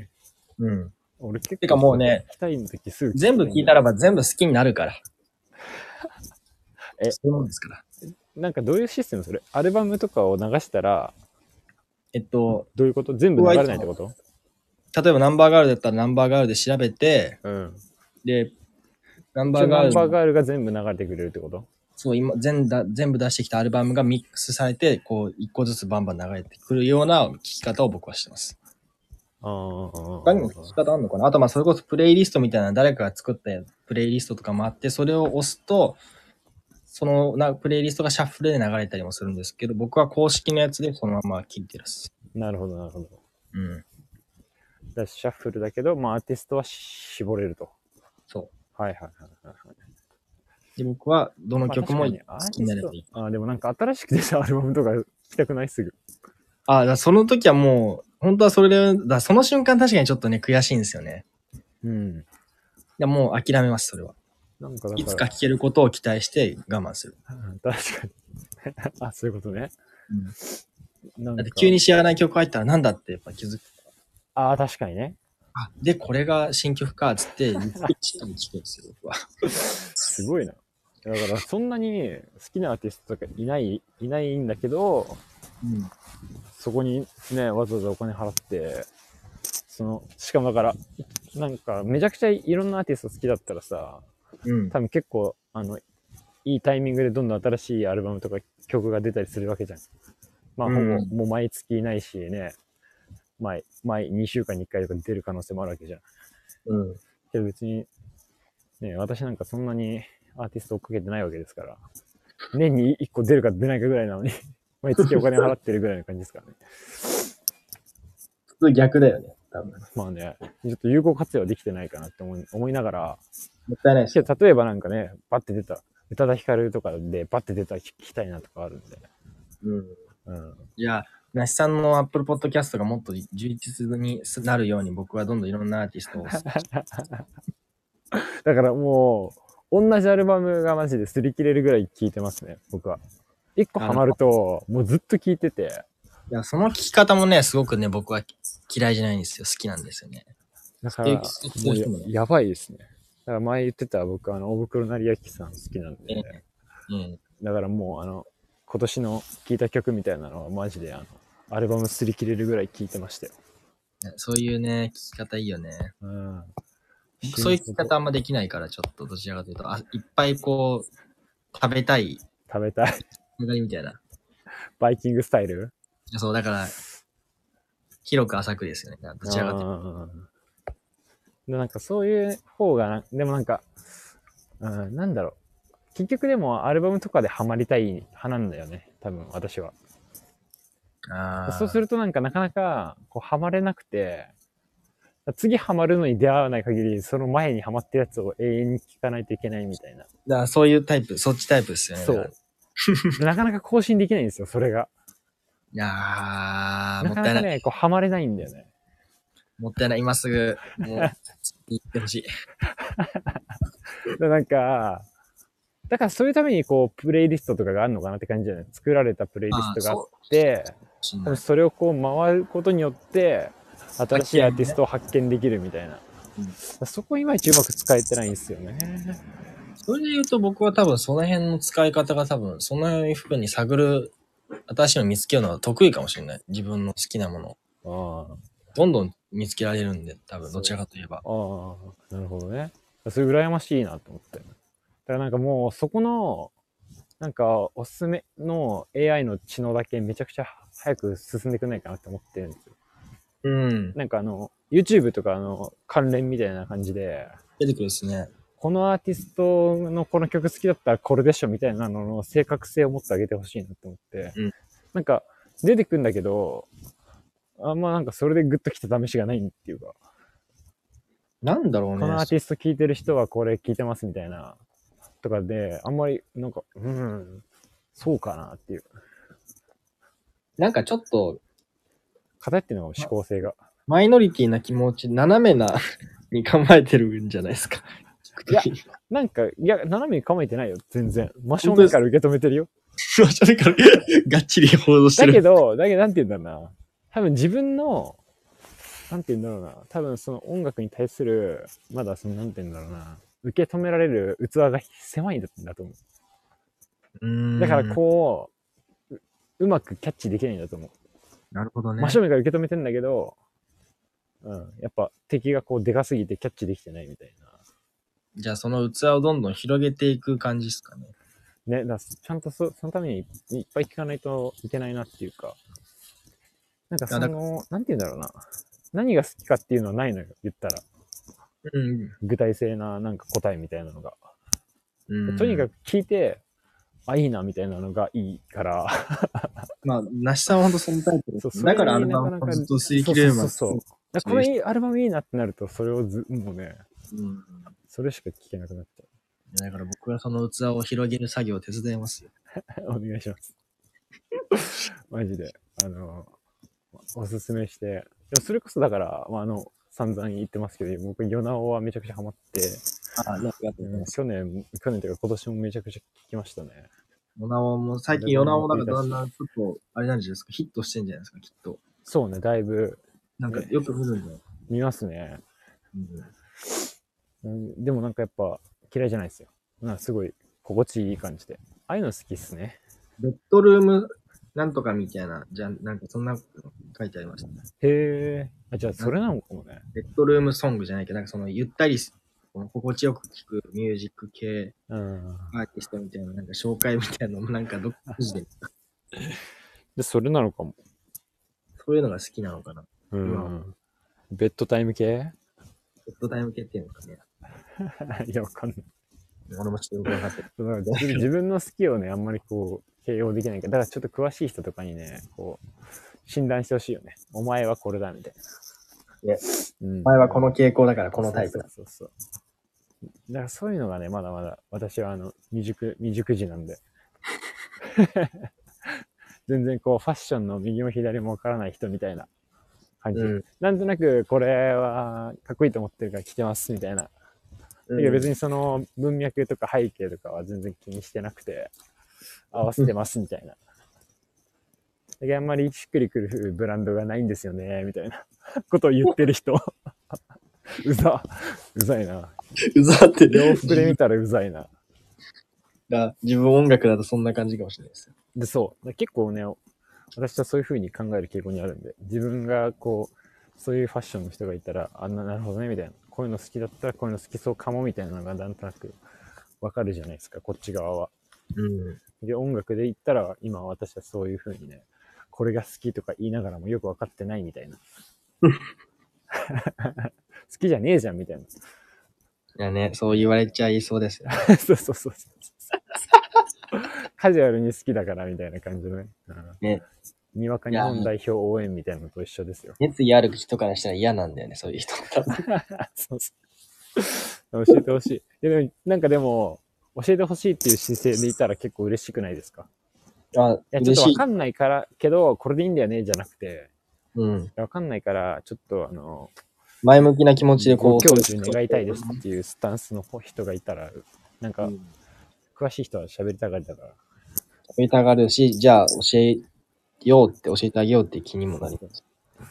Speaker 2: うん。
Speaker 1: 俺結構。
Speaker 2: てかもうね、
Speaker 1: 聞きたい時すぐ聞
Speaker 2: 全部聞いた
Speaker 1: ら。
Speaker 2: らば全部好きになるから。
Speaker 1: え
Speaker 2: そういうもんですから。
Speaker 1: なんかどういうシステムそれアルバムとかを流したら、
Speaker 2: えっと、
Speaker 1: どういうこと全部流れないってこと
Speaker 2: 例えばナンバーガールだったらナンバーガールで調べて、
Speaker 1: うん。
Speaker 2: で、ナンバ
Speaker 1: ナンバ
Speaker 2: ーガール
Speaker 1: ー
Speaker 2: の、
Speaker 1: ガールが全部流れてくれるってこと
Speaker 2: そう、今全だ、全部出してきたアルバムがミックスされて、こう、一個ずつバンバン流れてくるような聞き方を僕はしてます。
Speaker 1: ああ。
Speaker 2: 他にも聞き方あるのかなあと、まあ、それこそプレイリストみたいな誰かが作ったプレイリストとかもあって、それを押すと、そのなプレイリストがシャッフルで流れたりもするんですけど、僕は公式のやつでそのまま聞いてるっす。
Speaker 1: なるほど、なるほど。
Speaker 2: う
Speaker 1: だ
Speaker 2: ん。
Speaker 1: からシャッフルだけど、まあ、アーティストは絞れると。。
Speaker 2: そう
Speaker 1: はいはいはいはいはい。
Speaker 2: で、僕はどの
Speaker 1: まあ
Speaker 2: 曲も
Speaker 1: 確か
Speaker 2: 好
Speaker 1: にアー
Speaker 2: きになればいい
Speaker 1: ティ。ストあーでもなんか新しく出たアルバムとか聞きたくないすぐ。
Speaker 2: ああ、だからその時はもう、本当はそれで、だからその瞬間確かにちょっとね、悔しいんですよね。
Speaker 1: うん。
Speaker 2: でもう諦めます、それは。
Speaker 1: なんかだから
Speaker 2: い つか聴けることを期待して我慢する。
Speaker 1: うん確かに。あ、そういうことね。なん
Speaker 2: だ
Speaker 1: か
Speaker 2: って急に知らない曲入ったらなんだってやっぱ気づく。
Speaker 1: ああ、確かにね。
Speaker 2: あ、で、これが新曲か、つって、一気に聴くんですよ、僕は。
Speaker 1: すごいな。だから、そんなに好きなアーティストとかいない、いないんだけど、
Speaker 2: うん。
Speaker 1: そこにね、わざわざお金払って、その、しかもだから、なんか、めちゃくちゃいろんなアーティスト好きだったらさ、
Speaker 2: うん。
Speaker 1: 多分結構あのいいタイミングでどんどん新しいアルバムとか曲が出たりするわけじゃん。まあ、ほぼ、
Speaker 2: うん
Speaker 1: もう毎月ないしね、毎、毎2週間に1回とか出る可能性もあるわけじゃん。
Speaker 2: うん。
Speaker 1: けど別に、ね、私なんかそんなにアーティスト追っかけてないわけですから、年に1個出るか出ないかぐらいなのに、 毎月お金払ってるぐらいの感じですからね。
Speaker 2: 普通逆だよね、多分。
Speaker 1: まあね、ちょっと有効活用はできてないかなって思い思いながら、
Speaker 2: もったいないです
Speaker 1: け
Speaker 2: よ。
Speaker 1: ど例えばなんかね、バッて出た、宇多田ヒカルとかでバッて出たら聞きたいなとかあるんで。
Speaker 2: うん。
Speaker 1: うん。
Speaker 2: いや、なしさんの Apple Podcast がもっと充実になるように僕はどんどんいろんなアーティストを。
Speaker 1: だからもう、同じアルバムがマジで擦り切れるぐらい聴いてますね、僕は。一個ハマると、もうずっと聴いてて、
Speaker 2: いや、その聞き方もね、すごくね、僕は嫌いじゃないんですよ。好きなんですよね。
Speaker 1: だから、も
Speaker 2: ステーキ
Speaker 1: う
Speaker 2: ステーキ
Speaker 1: や
Speaker 2: もね
Speaker 1: やばいですね。だから前言ってた僕、あの、大袋成明さん好きなんで、
Speaker 2: うん。
Speaker 1: だからもう、あの、今年の聴いた曲みたいなのはマジで、あの、アルバム擦り切れるぐらい聴いてましたよ。
Speaker 2: そういうね、聞き方いいよね。
Speaker 1: うん。
Speaker 2: 僕そういう聞き方あんまできないから、ちょっとどちらかというと、あいっぱいこう、食べたい、
Speaker 1: 食べたい。
Speaker 2: ながりみたいな。
Speaker 1: バイキングスタイル
Speaker 2: そう、だから、広く浅くですよね。どちらかという
Speaker 1: うんでなんかそういう方がな、でもなんか、うん、なんだろう。結局でもアルバムとかでハマりたい派なんだよね。多分私は。
Speaker 2: と。ああ。
Speaker 1: そうするとなんかなかなかこうハマれなくて、次ハマるのに出会わない限り、その前にハマってるやつを永遠に聞かないといけないみたいな。
Speaker 2: だからそういうタイプ、そっちタイプですよね。
Speaker 1: そ
Speaker 2: だか
Speaker 1: う
Speaker 2: ら。
Speaker 1: なかなか更新できないんですよ、それが。
Speaker 2: いやー、
Speaker 1: な
Speaker 2: もっ
Speaker 1: か
Speaker 2: たい
Speaker 1: な
Speaker 2: な
Speaker 1: か
Speaker 2: い。
Speaker 1: ね、こうハマれないんだよね。
Speaker 2: もったいない。今すぐ、もう、行ってほ しい。
Speaker 1: でなんか、だからそういうためにこう、プレイリストとかがあるのかなって感じじゃない作られたプレイリストがあって、
Speaker 2: そう
Speaker 1: 多分それをこう回ることによって、新しいアーティストを発見できるみたいな。
Speaker 2: うん
Speaker 1: そこいまいちうまく使えてないんですよね。
Speaker 2: それで言うと僕は多分その辺の使い方が多分、そのふうに探る、新しいの見つけるのは得意かもしれない。自分の好きなものを
Speaker 1: ああ。
Speaker 2: どんどん見つけられるんで、多分どちらかといえば。
Speaker 1: ああ、なるほどね。それ羨ましいなと思って。だからなんかもうそこの、なんかおすすめの AI の知能だけめちゃくちゃ早く進んでくんないかなって思ってるんですよ。
Speaker 2: うん。
Speaker 1: なんかあの、YouTube とかの関連みたいな感じで、
Speaker 2: 出てくるですね。
Speaker 1: このアーティストのこの曲好きだったらこれでしょみたいなのの正確性を持ってあげてほしいなって思って、
Speaker 2: うん
Speaker 1: なんか出てくんだけど、あんまなんかそれでグッときた試しがないっていうか、
Speaker 2: なんだろうね。
Speaker 1: このアーティスト聴いてる人はこれ聴いてますみたいなとかで、あんまりなんか、うん、そうかなっていう。
Speaker 2: なんかちょっと、
Speaker 1: 偏ってるのが思考性が。
Speaker 2: マイノリティな気持ち、斜めな に構えてるんじゃないですか。
Speaker 1: い や
Speaker 2: 聞くとき
Speaker 1: なんか、いや、斜めに構えてないよ、全然。真正面から受け止めてるよ。
Speaker 2: そうじゃねえからがっちり報道して
Speaker 1: だ
Speaker 2: る。
Speaker 1: けど、だけど、なんて言うんだろうな。多分自分の、なんて言うんだろうな。多分その音楽に対する、まだその、なんて言うんだろうな。受け止められる器が狭いんだと思う。
Speaker 2: うん
Speaker 1: だからこう、ううまくキャッチできないんだと思う。
Speaker 2: なるほどね。
Speaker 1: 真正面から受け止めてんだけど、うん、やっぱ敵がこうでかすぎてキャッチできてないみたい
Speaker 2: じゃあその器をどんどん広げていく感じですかね。
Speaker 1: な。ね、だからちゃんとそそのためにいっぱい聞かないといけないなっていうか、なんかそ
Speaker 2: いやだ
Speaker 1: の、なんて言うんだろうな。何が好きかっていうのはないのよ、言ったら。
Speaker 2: うん。
Speaker 1: 具体性ななんか答えみたいなのが。
Speaker 2: うん、
Speaker 1: とにかく聞いて、あ、いいなみたいなのがいいから。
Speaker 2: まあ、なしさんはほんとそのタイプです
Speaker 1: そうそれ
Speaker 2: だからア
Speaker 1: に
Speaker 2: ル
Speaker 1: なか
Speaker 2: バ
Speaker 1: なか
Speaker 2: ムをずっと吸い切れるまで。
Speaker 1: そうそうそうだからこれいいアルバムいいなってなると、それをず、もうね、
Speaker 2: うん。
Speaker 1: それしか聞けなくなっち
Speaker 2: だから僕はその器を広げる作業を手伝いますよ。
Speaker 1: ゃう。お 願いします。 マジで。あの、おすすめして。でもそれこそだから、まあ、あの、散々言ってますけど、僕、ヨナオはめちゃくちゃハマって、
Speaker 2: ああ、なんかやって
Speaker 1: うん
Speaker 2: ます。
Speaker 1: 去年、去年というか今年もめちゃくちゃ聞きましたね。
Speaker 2: ヨナオも、最近ヨナオなんかだんだんちょっと、あれなんじゃないですか、ヒットしてんじゃないですか、きっと。
Speaker 1: そうね、だいぶ
Speaker 2: なんかよく見るんだよ。
Speaker 1: 見ますね。
Speaker 2: う
Speaker 1: う
Speaker 2: ん
Speaker 1: ん、でもなんかやっぱ嫌いじゃないですよ。なんかすごい心地いい感じで。ああいうの好きっすね。
Speaker 2: ベッドルームなんとかみたいな、じゃあなんかそんな書いてありましたね。
Speaker 1: へえ。あじゃあそれなのかもね。
Speaker 2: ベッドルームソングじゃないけど、なんかそのゆったりす、この心地よく聴くミュージック系
Speaker 1: うん。
Speaker 2: アーティストみたいな、なんか紹介みたいなのもなんかどっかで、
Speaker 1: で、それなのかも。
Speaker 2: そういうのが好きなのかな。
Speaker 1: うん。ベッドタイム系
Speaker 2: ベッドタイム系っていうのかね。
Speaker 1: いや、わかんない。
Speaker 2: 俺もちょっとよくわかってる。
Speaker 1: だから自分自分の好きをね、あんまりこう、形容できないから、だからちょっと詳しい人とかにね、こう、診断してほしいよね。お前はこれだ、みたいな。
Speaker 2: ね
Speaker 1: うん
Speaker 2: お前はこの傾向だからこのタイプだ。
Speaker 1: そうそうそうそう。だからそういうのがね、まだまだ私はあの未熟、未熟児なんで。 全然こうファッションの右も左もわからない人みたいな感じ。
Speaker 2: うん
Speaker 1: なんとなくこれはかっこいいと思ってるから着てますみたいな。だけど別にその文脈とか背景とかは全然気にしてなくて、合わせてますみたいな。だけどあんまりしっくりくるブランドがないんですよね、みたいなことを言ってる人。 うざ、うざいな。
Speaker 2: うざって
Speaker 1: 洋服で見たらうざいな。
Speaker 2: だ自分音楽だとそんな感じかもしれないですよ。
Speaker 1: で、そう。結構ね、私はそういう風に考える傾向にあるんで、自分がこう、そういうファッションの人がいたら、あんな、なるほどね、みたいな。こういうの好きだったら、こういうの好きそうかも、みたいなのがなんとなくわかるじゃないですか、こっち側は。
Speaker 2: うん。
Speaker 1: で、音楽で言ったら、今私はそういう風にね、これが好きとか言いながらもよく分かってないみ たいな。好きじゃねえじゃんみたいな。
Speaker 2: いやね、そう言われちゃいそうですよ。
Speaker 1: そうそうそうそうカジュアルに好きだからみたいな感じのね。うん
Speaker 2: ね
Speaker 1: にわか日本代表応援みたいなのと一緒ですよ。
Speaker 2: 熱意ある人からしたら嫌なんだよね、そういう人。
Speaker 1: そうそう教えてほしい。いやでも、なんかでも、教えてほしいっていう姿勢でいたら結構嬉しくないですか
Speaker 2: あ、
Speaker 1: いや、ちょっと
Speaker 2: 嬉し
Speaker 1: わ
Speaker 2: い。
Speaker 1: かんないから、けど、これでいいんだよね、じゃなくて、
Speaker 2: うん。
Speaker 1: わかんないから、ちょっとあの、
Speaker 2: 前向きな気持ちでこ
Speaker 1: ご
Speaker 2: う。
Speaker 1: 教授願いたいですっていうスタンスの人がいたら、なん
Speaker 2: う
Speaker 1: か、
Speaker 2: ん
Speaker 1: 詳しい人は喋りたがりだから。
Speaker 2: 教えたがるし、じゃあ教えようって、教えてあげようって気にもなります。
Speaker 1: 教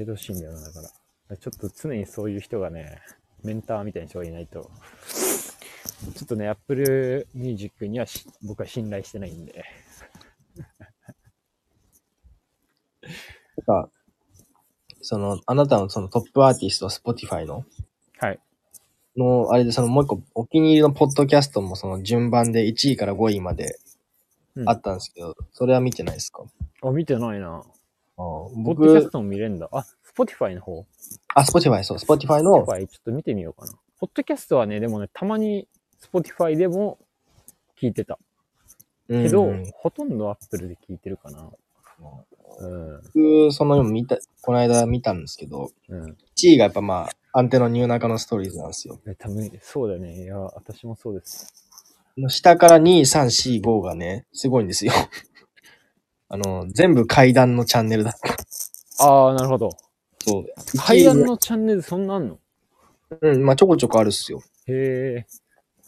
Speaker 1: えてほしいんだよな、だから。ちょっと常にそういう人がね、メンターみたいな人がいないと、ちょっとね、Apple Music にはし僕は信頼してないんで。
Speaker 2: なんか、その、あなたのそのトップアーティスト、Spotify の、
Speaker 1: はい。
Speaker 2: の、あれで、そのもう一個、お気に入りのポッドキャストもその順番で1位から5位まで
Speaker 1: うん
Speaker 2: あったんですけど、それは見てないですか
Speaker 1: あ、見てないな。ポッドキャス
Speaker 2: 僕、
Speaker 1: トも見れんだ。あ、Spotify の方。
Speaker 2: あ、Spotify、そう、Spotify の、
Speaker 1: Spotify ちょっと見てみようかな。ポッドキャストはね、でもね、たまに Spotify でも聞いてた。けど、
Speaker 2: うん
Speaker 1: ほとんど Apple で聞いてるかな。うん。
Speaker 2: 僕、その見た、この間見たんですけど、
Speaker 1: うん。
Speaker 2: 1位がやっぱまあ、アンテのニューナカのストーリーズなんですよ。
Speaker 1: え、多分、そうだよね。いや、私もそうです。
Speaker 2: 下から2、3、4、5がね、すごいんですよ。 あの、全部階段のチャンネルだった。
Speaker 1: ああ、なるほど。
Speaker 2: そう。
Speaker 1: 階段のチャンネルそんなんあんの
Speaker 2: うん、まあちょこちょこあるっすよ。
Speaker 1: へえ。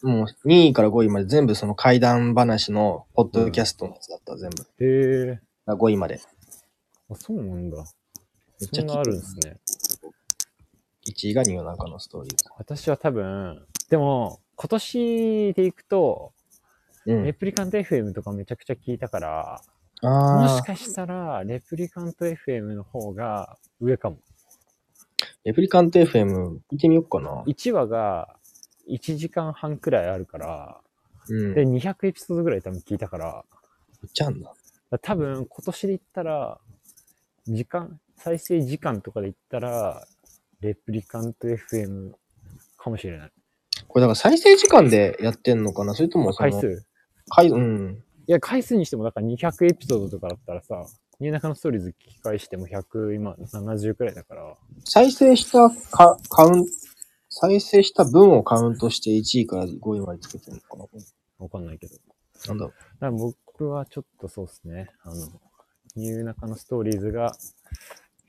Speaker 2: もう2位から5位まで全部その階段話のポッドキャストのやつだった、全部。
Speaker 1: へえ。
Speaker 2: あ5位まで。
Speaker 1: あ、そうなんだ。
Speaker 2: めっち
Speaker 1: そん
Speaker 2: ゃ聞い
Speaker 1: な
Speaker 2: て
Speaker 1: あるんですね。
Speaker 2: 1位がニューナカのストーリ
Speaker 1: 私は多分、でも、今年でいくと、
Speaker 2: ー。う
Speaker 1: レ
Speaker 2: ん。
Speaker 1: プリカント FM とかめちゃくちゃ聞いたから、も
Speaker 2: あ
Speaker 1: し
Speaker 2: あ、
Speaker 1: かしたら、レプリカント FM の方が上かも。
Speaker 2: レプリカント FM 見てみようかな。
Speaker 1: 1話が1時間半くらいあるから、
Speaker 2: うん。
Speaker 1: で、
Speaker 2: めっ
Speaker 1: 200エピソードぐらい多分聞いたから、
Speaker 2: ちゃあんだ。
Speaker 1: 多分今年で言ったら、時間、再生時間とかで言ったら、レプリカント FM かもしれない。
Speaker 2: これだから再生時間でやってんのかなそれともその
Speaker 1: 回数
Speaker 2: 回うん。
Speaker 1: いや、回数にしても、だから200エピソードとかだったらさ、ニューナカのストーリーズ聞き返しても100、今70くらいだから、
Speaker 2: 再生したかカウン再生した分をカウントして1位から5位までつけてるのかな
Speaker 1: わかんないけど。だ
Speaker 2: なんだろ
Speaker 1: から僕はちょっとそうですね。あの、ニューナカのストーリーズが、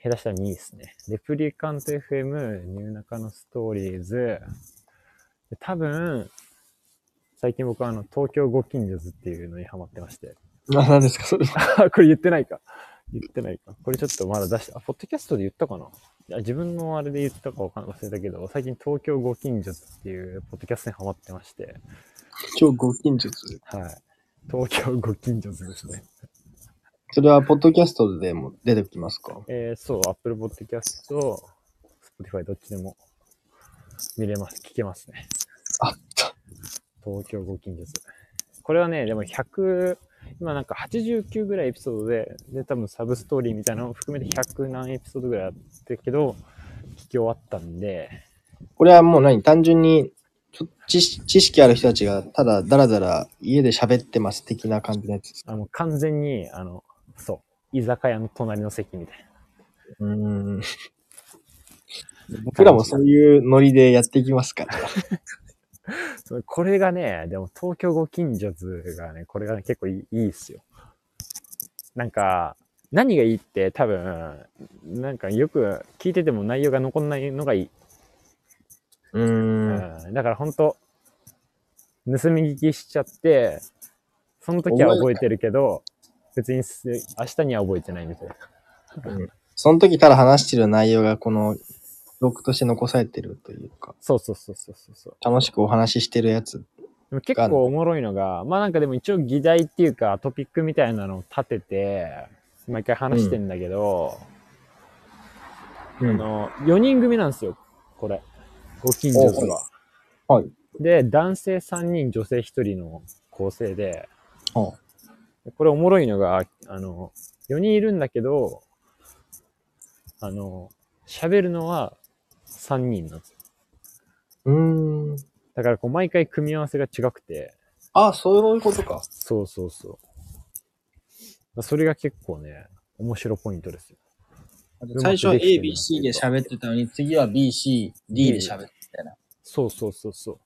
Speaker 1: 下手したら2位ですね。レプリカント FM、ニューナカのストーリーズ、で多分、最近僕はあの、東京ご近所図っていうのにハマってまして。
Speaker 2: う。な、なんですかそれ。
Speaker 1: あ、これ言ってないか。言ってないか。これちょっとまだ出して、あ、ポッドキャストで言ったかないや自分のあれで言ったかわかん忘れたけど、最近東京ご近所っていうポッドキャストにハマってまして、
Speaker 2: 超ご近所する。
Speaker 1: はい。東京ご近所ですね。
Speaker 2: それは、ポッドキャストでも出てきますか
Speaker 1: えー、そう、Apple Podcast と Spotify どっちでも見れます、聞けますね。
Speaker 2: あった。
Speaker 1: 東京ご近所図これはね、でも100、今なんか89ぐらいエピソードで、で、多分サブストーリーみたいなのを含めて100何エピソードぐらいあってるけど、聞き終わったんで、
Speaker 2: これはもう何単純に、ちょ知識知識ある人たちが、ただ、だらだら家で喋ってます的な感じのやつですか
Speaker 1: あの、完全に、あの、そう、居酒屋の隣の席みたいな。
Speaker 2: うーん。僕らもそういうノリでやっていきますから。
Speaker 1: そうこれがね、でも東京ご近所図がね、これがね、結構いいいいっすよ。なんか、何がいいって多分、なんかよく聞いてても内容が残んないのがいい。
Speaker 2: うーん。
Speaker 1: うんだから本当盗み聞きしちゃって、その時は覚えてるけど、別にす明日には覚えてないみたいな。
Speaker 2: その時ただ話してる内容が、この、録として残されてるというか、
Speaker 1: そうそうそうそうそうそう。
Speaker 2: 楽しくお話ししてるやつ。
Speaker 1: でも結構おもろいのが、まあなんかでも一応議題っていうかトピックみたいなのを立てて、毎回話してんだけど、
Speaker 2: う
Speaker 1: あ
Speaker 2: ん。
Speaker 1: の、4人組なんですよ、これ。ご近所図は。
Speaker 2: はい。
Speaker 1: で、男性3人、女性1人の構成で、
Speaker 2: は
Speaker 1: でこれおもろいのが、あの、4人いるんだけど、あの、喋るのは3人なんですよ。
Speaker 2: うーん。
Speaker 1: だからこう毎回組み合わせが違くて、
Speaker 2: あ、そういうことか。
Speaker 1: そうそうそう。それが結構ね、面白ポイントですよ。
Speaker 5: 最初は A、B、C で喋ってたのに、次は B、C、D で喋ってたな。
Speaker 1: そうそうそうそう。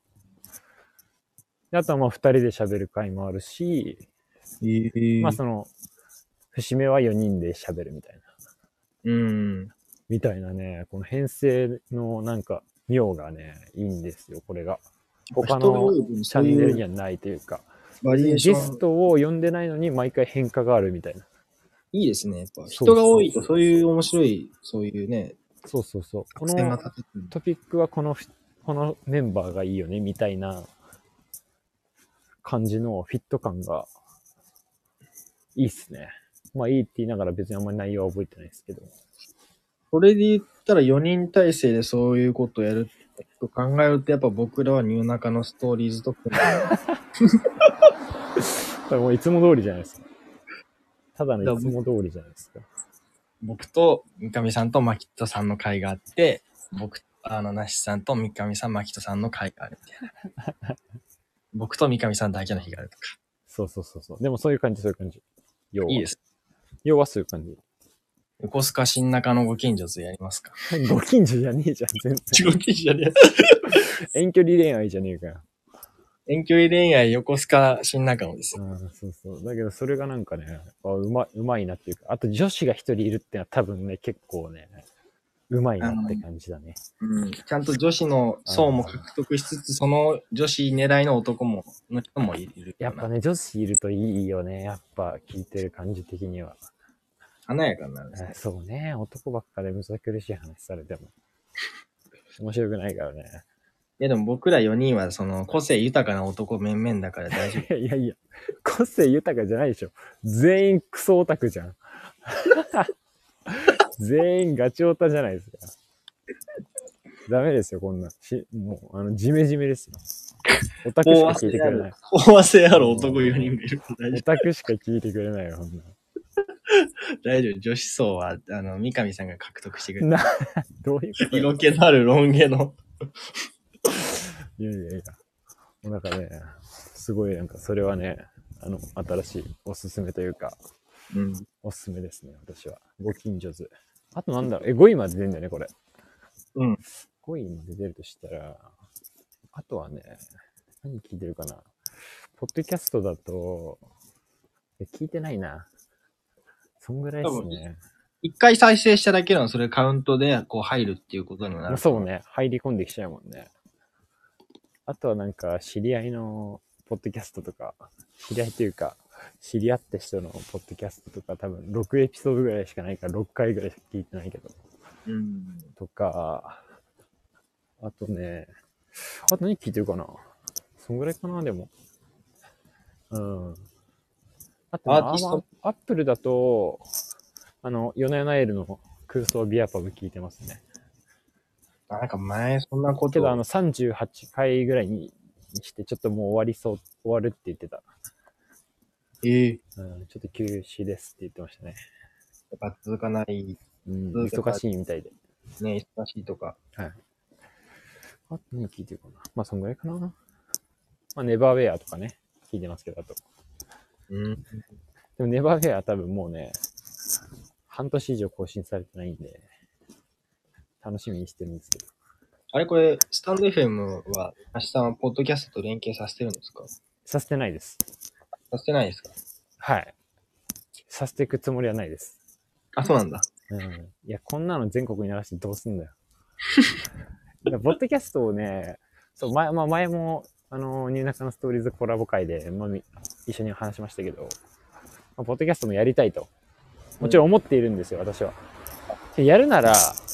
Speaker 1: であとはまあ2人で喋る回もあるし、
Speaker 2: え
Speaker 1: まあその、節目は4人で喋るみたいな。
Speaker 2: うん。
Speaker 1: みたいなね、この編成のなんか、妙がね、いいんですよ、これが。他のチャンネルにはないというか。
Speaker 2: バリエ
Speaker 1: ゲ
Speaker 2: ーショ
Speaker 1: ス
Speaker 2: ン。
Speaker 1: トを呼んでないのに毎回変化があるみたいな。
Speaker 2: いいですね。やっ
Speaker 1: そ
Speaker 2: ぱ
Speaker 1: う
Speaker 2: 人が多いとそういう面白い、そういうね、
Speaker 1: そうそうそう。こ
Speaker 2: 作戦が
Speaker 1: の
Speaker 2: 立ててる
Speaker 1: トピックはこのふ、このメンバーがいいよね、みたいな感じのフィット感がいいっすね。まあいいって言いながら別にあんまり内容は覚えてないですけど。
Speaker 2: それで言ったら4人体制でそういうことをやるって考えると、やっぱ僕らはニューナカのストーリーズとか、
Speaker 1: これもういつも通りじゃないですか。ただのいつも通りじゃないですか。
Speaker 2: 僕と三上さんと牧人さんの会があって、僕、あの、なしさんと三上さん、牧人さんの会があるみたいな。 僕と三上さんだけの日があるとか。
Speaker 1: そうそうそうそう。でもそういう感じ、そういう感じ。要は。
Speaker 2: いいです。
Speaker 1: 要はそういう感じ。
Speaker 2: 横須賀新中のご近所図やりますか。
Speaker 1: ご近所じゃねえじゃん、全
Speaker 2: ご近所じゃね
Speaker 1: 然。遠距離恋愛じゃねえかよ。
Speaker 2: え。遠距離恋愛横須賀新中野ですよ。
Speaker 1: うん、そうそう。だけど、それがなんかね、あうまい、うまいなっていうか、あと女子が一人いるってのは多分ね、結構ね、うまいなって感じだね。
Speaker 2: うん。ちゃんと女子の層も獲得しつつ、その女子狙いの男も、の人もいる
Speaker 1: や
Speaker 2: か
Speaker 1: っ
Speaker 2: な。
Speaker 1: ぱね、女子いるといいよね。やっぱ聞いてる感じ的には。
Speaker 2: 華やかになるんですね
Speaker 1: あ。そうね、男ばっかでむさ苦しい話されても。面白くないからね。
Speaker 2: いやでも僕ら4人はその個性豊かな男面々だから大 丈夫。
Speaker 1: いやいや、個性豊かじゃないでしょ。全員クソオタクじゃん。 全員ガチオタじゃないですか。ダメですよ、こんなん。しもう、あの、ジメジメですよ。オタクしか聞いてくれない。
Speaker 2: 大汗ある男4人がいるから大
Speaker 1: オ
Speaker 2: 丈
Speaker 1: タクしか聞いてくれないよ、こんなん。
Speaker 2: 夫。大丈夫。女子層は、あの、三上さんが獲得してくれる。
Speaker 1: な、どういうこと
Speaker 2: 色気のあるロン毛の。
Speaker 1: いやいやいや。もうなんかね、すごいなんかそれはね、あの、新しいおすすめというか、
Speaker 2: うん。
Speaker 1: おすすめですね、私は。ご近所図。あとなんだろう、え、5位まで出るんだよね、これ。
Speaker 2: うん。
Speaker 1: 5位まで出るとしたら、あとはね、何聞いてるかな。ポッドキャストだと、え聞いてないな。そんぐらいですね。
Speaker 2: 一回再生しただけのそれカウントでこう入るっていうことにもな
Speaker 1: まあ
Speaker 2: る。
Speaker 1: そうね、入り込んできちゃうもんね。あとはなんか、知り合いのポッドキャストとか、知り合いというか、知り合った人のポッドキャストとか、多分6エピソードぐらいしかないから、6回ぐらいしか聞いてないけど、
Speaker 2: うん。
Speaker 1: とか、あとね、あと何聞いてるかなそんぐらいかな、でも。うん。あとね、
Speaker 2: アーティスト
Speaker 1: アップルだと、あの、ヨナヨナエルの空想ビアパブ聞いてますね。
Speaker 2: あなんか前そんなこ
Speaker 1: け
Speaker 2: と
Speaker 1: ど、あの、38回ぐらいにして、ちょっともう終わりそう、終わるって言ってた。
Speaker 2: ええや
Speaker 1: うん、ちょっと休止ですって言ってましたね。
Speaker 2: っぱ続かない、
Speaker 1: うん、
Speaker 2: うん
Speaker 1: 忙しいみたいで。
Speaker 2: ね、忙しいとか。
Speaker 1: あと何聞いてるかなまあ、そんぐらいかな。まあ、ネバーウェアとかね、聞いてますけど、あと。
Speaker 2: うん。
Speaker 1: でも、ネバーウェアは多分もうね、半年以上更新されてないんで、楽しみにしてるんですけど。
Speaker 2: あれこれ、スタンド FM は、明日はポッドキャストと連携させてるんですか
Speaker 1: させてないです。
Speaker 2: させてないですか
Speaker 1: はい。させていくつもりはないです。
Speaker 2: あ、そうなんだ。
Speaker 1: うんいや、こんなの全国に流してどうすんだよ。 いやポッドキャストをね、そう、前、まあ、前も、あの、ニューナカのストーリーズコラボ会で、まあ、み一緒に話しましたけど、まあポッドキャストもやりたいと。もちろん思っているんですよ、私は。でやるなら、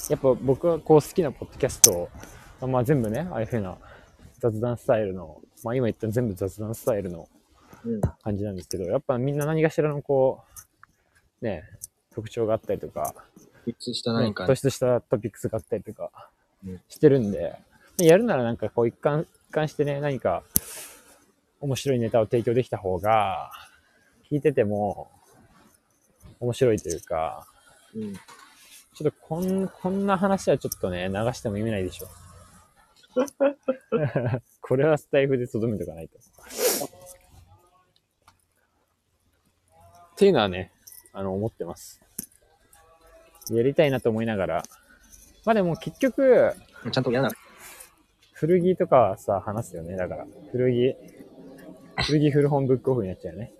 Speaker 1: やっぱ僕はこう好きなポッドキャストを、まあまあ全部ね、ああいうふうな雑談スタイルの、まあ今言った全部雑談スタイルの
Speaker 2: うん。
Speaker 1: 感じなんですけど、やっぱみんな何かしらのこう、ね、特徴があったりとか、
Speaker 2: 一致した何か、
Speaker 1: ね突出したトピックスがあったりとか
Speaker 2: うん
Speaker 1: してるんで、やるならなんかこう一貫一貫してね、何か面白いネタを提供できた方が、聞いてても面白いというか、
Speaker 2: うん
Speaker 1: ちょっとこんこんな話はちょっとね、流しても意味ないでしょ。 これはスタイフでとどめとかないと。っていうのはね、あの、思ってます。やりたいなと思いながら。まあでも結局、
Speaker 2: ちゃんとやらなく
Speaker 1: 古着とかはさ、話すよね。だから、古着、古着古本ブックオフになっちゃうよね。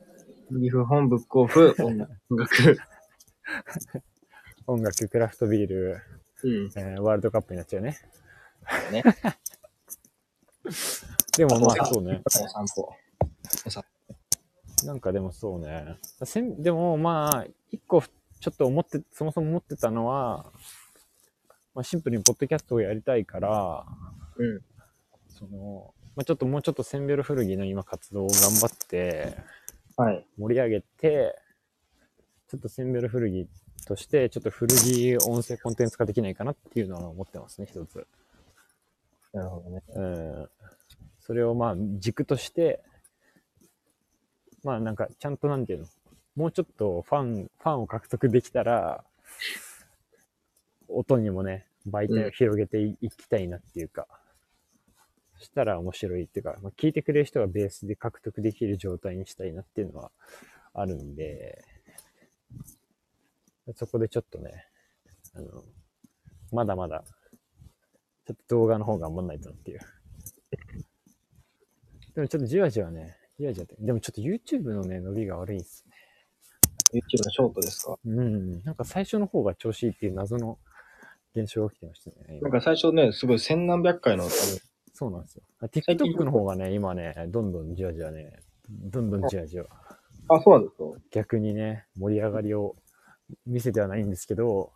Speaker 2: て。不本、ブックオフ、音楽。
Speaker 1: 音楽、クラフトビール、
Speaker 2: うん。
Speaker 1: えーワールドカップになっちゃうよね。
Speaker 2: ね。
Speaker 1: でもまあそうね。
Speaker 2: お散歩。
Speaker 1: なんかでもそうね。せんでもまあ、一個ちょっと思って、そもそも思ってたのは、まあ、シンプルにポッドキャストをやりたいから、
Speaker 2: うん。
Speaker 1: その、まあ、ちょっともうちょっとセンベロ古着の今活動を頑張って
Speaker 2: はい。
Speaker 1: 盛り上げて、ちょっとセンベロ古着として、ちょっと古着音声コンテンツ化できないかなっていうのは思ってますね、一つ。
Speaker 2: なるほどね。
Speaker 1: うんそれをまあ軸として、まあなんかちゃんとなんていうの、もうちょっとファン、ファンを獲得できたら、音にもね、媒体を広げてい,、きたいなっていうか、そしたら面白いっていうか、まあ、聞いてくれる人がベースで獲得できる状態にしたいなっていうのはあるんで、そこでちょっとね、あの、まだまだ、ちょっと動画の方頑張んないとなっていう。でもちょっとじわじわね、じわじわって。でもちょっと YouTube のね、伸びが悪いんですよね。
Speaker 2: YouTube のショートですか
Speaker 1: うん。なんか最初の方が調子いいっていう謎の現象が起きてましたね。
Speaker 2: な
Speaker 1: 今
Speaker 2: んか最初ね、すごい千何百回の、あの
Speaker 1: そうなんですよ。あ
Speaker 2: 近
Speaker 1: TikTok の方がね、今ね、どんどんじわじわね、どんどんじわじわ。
Speaker 2: あ、そうなんですよ。
Speaker 1: 逆にね、盛り上がりを見せてはないんですけど、。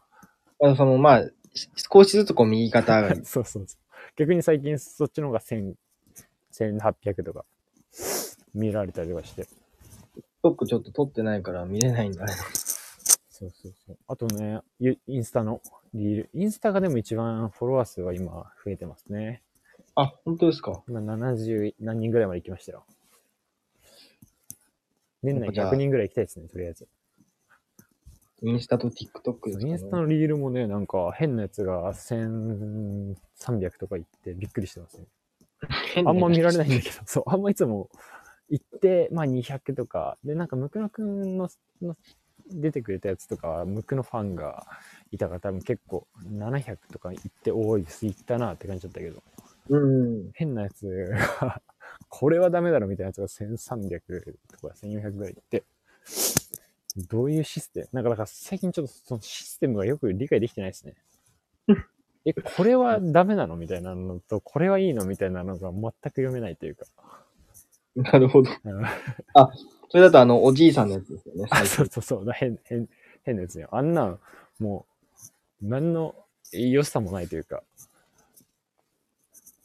Speaker 2: あのその、まあ、し少しずつこう右肩上が り
Speaker 1: そうそうそう。逆に最近そっちの方が1000 1800とか見られたりとかして。
Speaker 2: TikTok ちょっと撮ってないから見れないんだね。
Speaker 1: そうそうそう。あとね、ゆインスタのリール。インスタがでも一番フォロワー数は今増えてますね。
Speaker 2: あ、本当ですか
Speaker 1: 今70何人ぐらいまで行きましたよ。年内
Speaker 2: じゃあ
Speaker 1: 100人ぐらい行きたいですね、とりあえず。
Speaker 2: インスタと TikTok ですかね
Speaker 1: インスタのリールもね、なんか変なやつが1300とか行ってびっくりしてますね。
Speaker 2: 変な
Speaker 1: あんま見られないんだけど、そう、あんまいつも行って、まあ200とか、で、なんかムクノくんのの出てくれたやつとか、ムクのファンがいたから多分結構700とか行って多いです、行ったなって感じだったけど、
Speaker 2: うん。
Speaker 1: 変なやつが、 これはダメだろみたいなやつが1300とか1400ぐらい行って、どういうシステムなんかだから最近ちょっとそのシステムがよく理解できてないです ね。え、これはダメなのみたいなのと、これはいいのみたいなのが全く読めないというか。
Speaker 2: なるほど。
Speaker 1: うん
Speaker 2: それだと、あの、おじいさんのやつですよね。
Speaker 1: あ、そうそうそう、変、変、変なやつね。あんなん、もう、何の良さもないというか。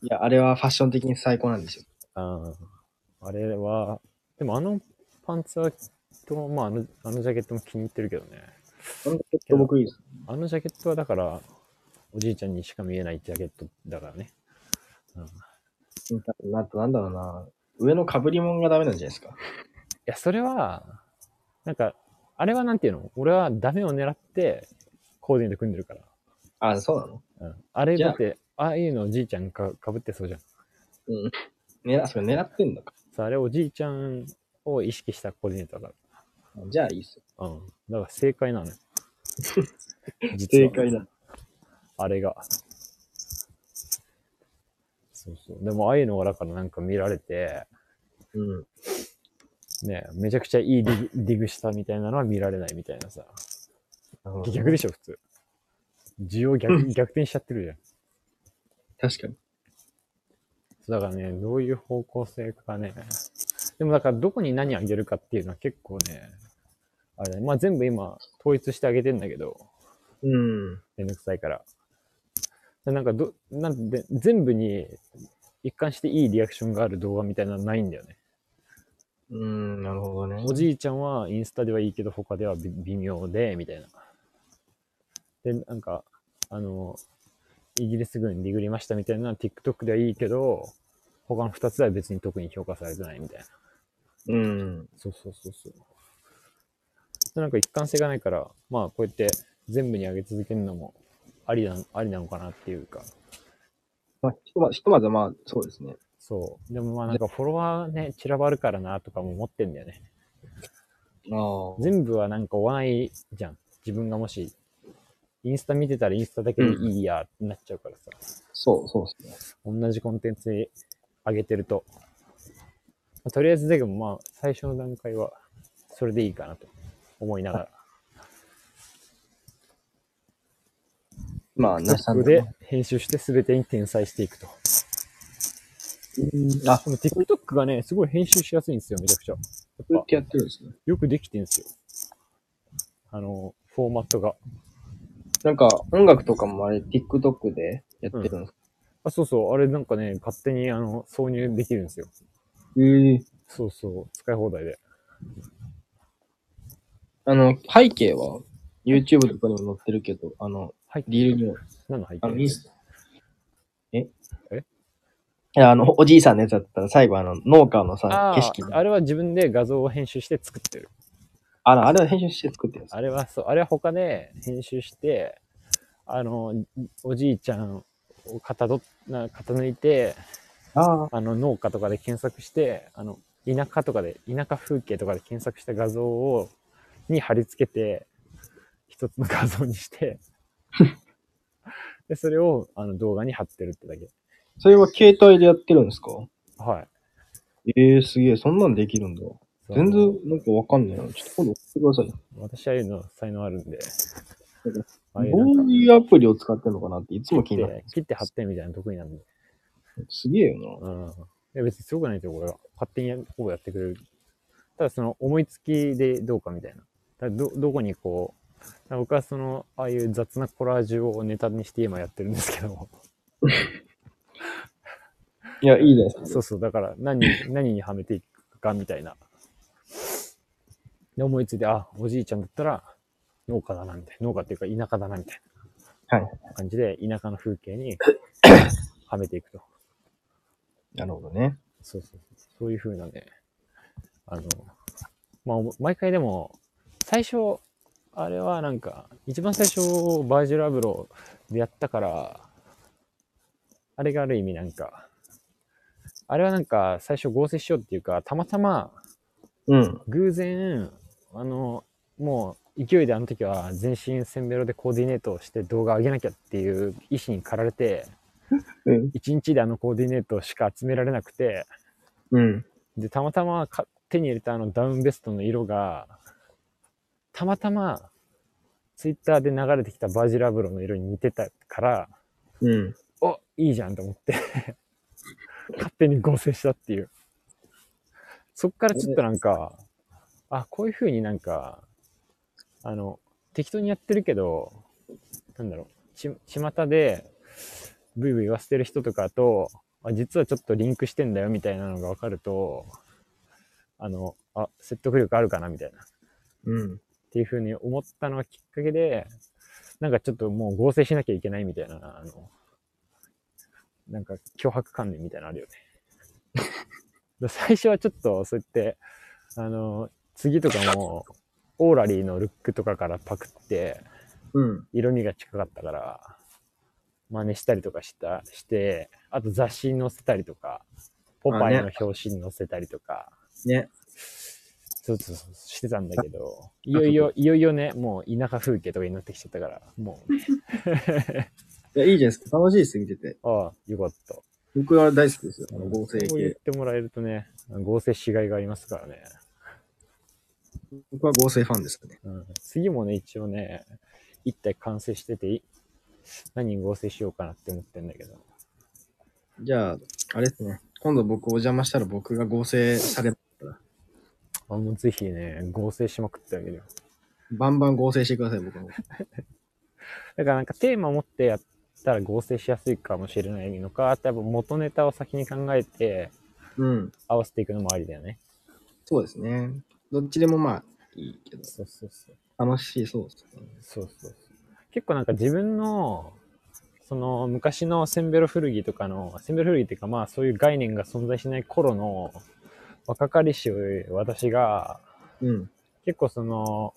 Speaker 2: いや、あれはファッション的に最高なんですよ。
Speaker 1: ああれは、でもあのパンツは、と、まあ、あの、あのジャケットも気に入ってるけどね。
Speaker 2: ほんとちょっと僕いいです。
Speaker 1: あのジャケットはだから、おじいちゃんにしか見えないジャケットだからね。うん、い
Speaker 2: なと、なんだろうな。上の被り物がダメなんじゃないですか。
Speaker 1: や、それは、なんか、あれはなんていうの俺はダメを狙って、コーディネート組んでるから。
Speaker 2: あ、そうなの
Speaker 1: うん、あれ
Speaker 2: じゃ
Speaker 1: だ
Speaker 2: あ
Speaker 1: って、ああいうのおじいちゃんかかぶってそうじゃん。
Speaker 2: うん。狙、それ狙ってんのか。
Speaker 1: そうあれおじいちゃんを意識したコーディネートだか
Speaker 2: じゃあいいっすよ。
Speaker 1: ら。うん。だから正解なの よ。実
Speaker 2: 正
Speaker 1: は
Speaker 2: 解だ。
Speaker 1: あれが。そうそう。でもああいうのがだからなんか見られて、
Speaker 2: うん。
Speaker 1: ね、めちゃくちゃいいディグディグしたみたいなのは見られないみたいなさ。逆でしょ、普通。需要逆逆転しちゃってるじゃん。
Speaker 2: 確かに。
Speaker 1: だからね、どういう方向性かね。でもだからどこに何あげるかっていうのは結構ね、あれだね。まあ全部今統一してあげてんだけど、
Speaker 2: うん。
Speaker 1: めんどくさいから。でなんかど、なんで、全部に一貫していいリアクションがある動画みたいなのないんだよね。
Speaker 2: うん、なるほどね。
Speaker 1: おじいちゃんはインスタではいいけど他ではび微妙で、みたいな。で、なんか、あの、イギリス軍ディグりましたみたいな TikTok ではいいけど、他の2つは別に特に評価されてないみたいな。
Speaker 2: うん。
Speaker 1: そうそうそうそう。でなんか一貫性がないから、まあこうやって全部に上げ続けるのもありなありなのかなっていうか。
Speaker 2: まあ、ひとまひとまずはまあ、そうですね。
Speaker 1: そう。でもまあなんかフォロワーね、散らばるからなとかも思ってんだよね。
Speaker 2: ああ。
Speaker 1: 全部はなんか追わないじゃん。自分がもし、インスタ見てたらインスタだけでいいやってなっちゃうからさ。
Speaker 2: そう、そうですね。
Speaker 1: 同じコンテンツに上げてると。まあとりあえずだけど、まあ最初の段階はそれでいいかなと思いながら。
Speaker 2: まあ、なしさ
Speaker 1: そ
Speaker 2: ん
Speaker 1: こ
Speaker 2: の
Speaker 1: で編集して全てに転載していくと。
Speaker 2: うんあ、
Speaker 1: でも TikTok がね、すごい編集しやすいんですよ、めちゃくちゃ。
Speaker 2: そうやってやってるんですね。
Speaker 1: よくできてんですよ。あの、フォーマットが。
Speaker 2: なんか、音楽とかもあれ、TikTok でやってるんですか、
Speaker 1: あ、そうそう、あれなんかね、勝手にあの挿入できるんですよ。
Speaker 2: ええ
Speaker 1: そうそう、使い放題で。
Speaker 2: あの、背景は YouTube とかにも載ってるけど、あの、
Speaker 1: はい。
Speaker 2: リールにも、
Speaker 1: 何の入っ
Speaker 2: あ
Speaker 1: て
Speaker 2: の、
Speaker 1: る
Speaker 2: インスえ
Speaker 1: え
Speaker 2: いや、あの、おじいさんのやつだったら、最後、あの、農家のさ
Speaker 1: あ、
Speaker 2: 景
Speaker 1: ー
Speaker 2: 色
Speaker 1: あ
Speaker 2: の。
Speaker 1: れは自分で画像を編集して作ってる。
Speaker 2: あの、あれは編集して作ってるんです
Speaker 1: あれはそう、あれは他で編集して、あの、おじいちゃんをかたどな傾いて、
Speaker 2: ああ、
Speaker 1: あの農家とかで検索して、あの田舎とかで、田舎風景とかで検索した画像を、に貼り付けて、一つの画像にして、で、それをあの動画に貼ってるってだけ。
Speaker 2: それは携帯でやってるんですか
Speaker 1: はい。
Speaker 2: ええすげえ、そんなんできるんだ。
Speaker 1: そう
Speaker 2: 全然、なんかわかんないな。ちょっと今度送ってくださいよ。
Speaker 1: 私はいうの才能あるん で。ああいうな
Speaker 2: ど
Speaker 1: ん
Speaker 2: う
Speaker 1: か
Speaker 2: いうアプリを使ってるのかなっていつも気
Speaker 1: 切
Speaker 2: に
Speaker 1: っ
Speaker 2: なる
Speaker 1: て。、切って貼ってみたいなの得意なんで。
Speaker 2: すげえよ
Speaker 1: うん。いや別にすごくないですよ、これは。勝手にやほぼやってくれる。ただその思いつきでどうかみたいな。だからど、どこにこう、だから僕はその、ああいう雑なコラージュをネタにして今やってるんですけ ど、
Speaker 2: な。いや、いいです。
Speaker 1: そうそう、だから何、何にはめていくかみたいな。で、思いついて、あ、おじいちゃんだったら農家だな、みたいな。農家っていうか田舎だな、みたい
Speaker 2: は
Speaker 1: な感じで、田舎の風景 にはめていくと。
Speaker 2: い。なるほどね。
Speaker 1: そうそうそう。そういう風なね、あの、まあ、お毎回でも、最初、あれはなんか、一番最初、バージルアブロでやったから、あれがある意味なんか、あれはなんか、最初合成しようっていうか、たまたま、
Speaker 2: うん。
Speaker 1: 偶然、あの、もう、勢いであの時は全身せんべろでコーディネートをして動画上げなきゃっていう意思に駆られて、
Speaker 2: うん。
Speaker 1: 一日であのコーディネートしか集められなくて、
Speaker 2: うん。
Speaker 1: で、たまたまか手に入れたあのダウンベストの色が、たまたまツイッターで流れてきたバージルアブロの色に似てたから、
Speaker 2: うん。
Speaker 1: おいいじゃんと思って、 勝手に合成したっていう。そっからちょっとなんか、あ、こういう風になんか、あの、適当にやってるけど、なんだろう、ち、巷で、ブイブイ言わせてる人とかと、あ実はちょっとリンクしてんだよみたいなのが分かると、あの、あ、説得力あるかなみたいな。
Speaker 2: うん。
Speaker 1: っていうふうに思ったのがきっかけで、なんかちょっともう合成しなきゃいけないみたいな、あの、なんか脅迫観念みたいなのあるよね。最初はちょっとそうやって、あの、次とかも、オーラリーのルックとかからパクって、
Speaker 2: うん。
Speaker 1: 色味が近かったから、真似したりとかした、して、あと雑誌に載せたりとか、ポパイの表紙に載せたりとか、
Speaker 2: ね。
Speaker 1: そうそうそう、してたんだけど、いよいよ、いよいよね、もう田舎風景とかになってきちゃったから、も
Speaker 2: いや、いいじゃないですか。楽しいです、見てて。
Speaker 1: う、ああ、よかった。
Speaker 2: 僕は大好きですよ。あの合
Speaker 1: そ
Speaker 2: 成
Speaker 1: う言っ
Speaker 2: 系。
Speaker 1: てもらえるとね、合成しがいがありますからね。
Speaker 2: 僕は合成ファンですね。
Speaker 1: うん、次もね、一応ね、一体完成しててい、何に合成しようかなって思ってんだけど。
Speaker 2: じゃあ、あれですね。今度僕お邪魔したら僕が合成されたら、
Speaker 1: あもうぜひね、合成しまくってあげるよ。
Speaker 2: バンバン合成してください、僕も。
Speaker 1: だからなんかテーマ持ってやったら合成しやすいかもしれないのか、あとやっぱ元ネタを先に考えて
Speaker 2: うん。
Speaker 1: 合わせていくのもありだよね。
Speaker 2: そうですね。どっちでもまあ、いいけど、
Speaker 1: そうそうそう。
Speaker 2: 楽しそうですね。
Speaker 1: そうそうそう。結構なんか自分の、その昔のセンベロ古着とかの、センベロ古着っていうかまあそういう概念が存在しない頃の若かりし私が、
Speaker 2: うん。
Speaker 1: 結構その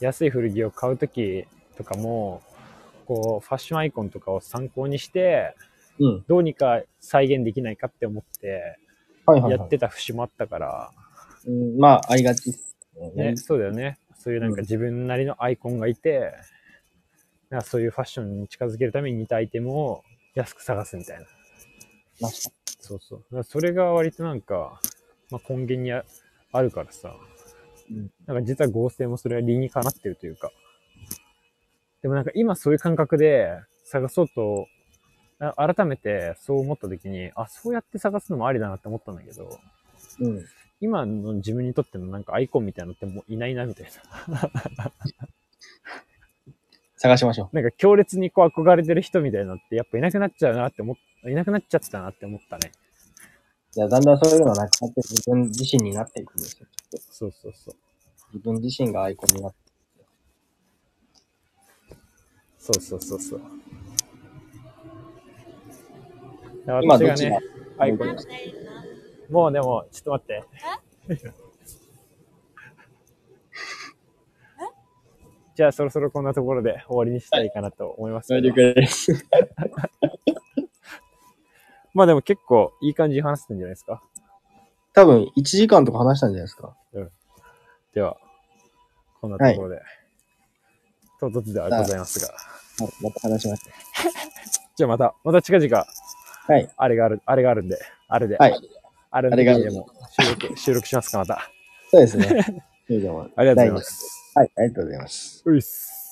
Speaker 1: 安い古着を買う時とかも、こうファッションアイコンとかを参考にして、
Speaker 2: うん。
Speaker 1: どうにか再現できないかって思って
Speaker 2: はいはい、
Speaker 1: や
Speaker 2: はい
Speaker 1: っ。てた節もあったから、
Speaker 2: うん、まあ、ありがちっすね。
Speaker 1: ね、そうだよね。そういうなんか自分なりのアイコンがいて、なんかそういうファッションに近づけるために似たアイテムを安く探すみたいな。
Speaker 2: ました。
Speaker 1: そうそう。だからそれが割となんか、まあ、根源にああるからさ、
Speaker 2: うん
Speaker 1: なんか実は合成もそれは理にかなってるというか。でもなんか今そういう感覚で探そうと、あ改めてそう思った時に、あ、そうやって探すのもありだなって思ったんだけど、
Speaker 2: うん。
Speaker 1: 今の自分にとってのなんかアイコンみたいなのってもういないなみたいな。
Speaker 2: 探しましょ
Speaker 1: なんか強烈にこう憧れてる人みたいなのってやっぱいなくなっちゃうなって思っいなくなっちゃったなって思ったね。
Speaker 2: う。いや、だんだんそういうのがなくなって、自分自身になっていくんですよ。
Speaker 1: そうそうそう。
Speaker 2: 自分自身がアイコンになって。
Speaker 1: そうそうそうそう。いや
Speaker 2: 今
Speaker 1: 私
Speaker 2: どっ
Speaker 1: が
Speaker 2: ちが
Speaker 1: ね、
Speaker 2: アイコンです
Speaker 1: もうでも、ちょっと待って。じゃあそろそろこんなところで終わりにしたいかなと思いますけど、
Speaker 2: 大丈夫です。
Speaker 1: まあでも結構いい感じに話してんじゃないですか。
Speaker 2: 多分1時間とか話したんじゃないですか。
Speaker 1: では、こんなところで、唐突ではございますが。
Speaker 2: はい、また話しまし
Speaker 1: じゃあまた、また近々、
Speaker 2: た。はい。
Speaker 1: あれがある、あれがあるんで、あれで、
Speaker 2: はい。
Speaker 1: あれの
Speaker 2: あれがあ
Speaker 1: 時
Speaker 2: る
Speaker 1: でも収録、収録しますか、また。
Speaker 2: そうですね。それでも
Speaker 1: ありがとうございます。
Speaker 2: はい、ありがとうございます。
Speaker 1: ういっす。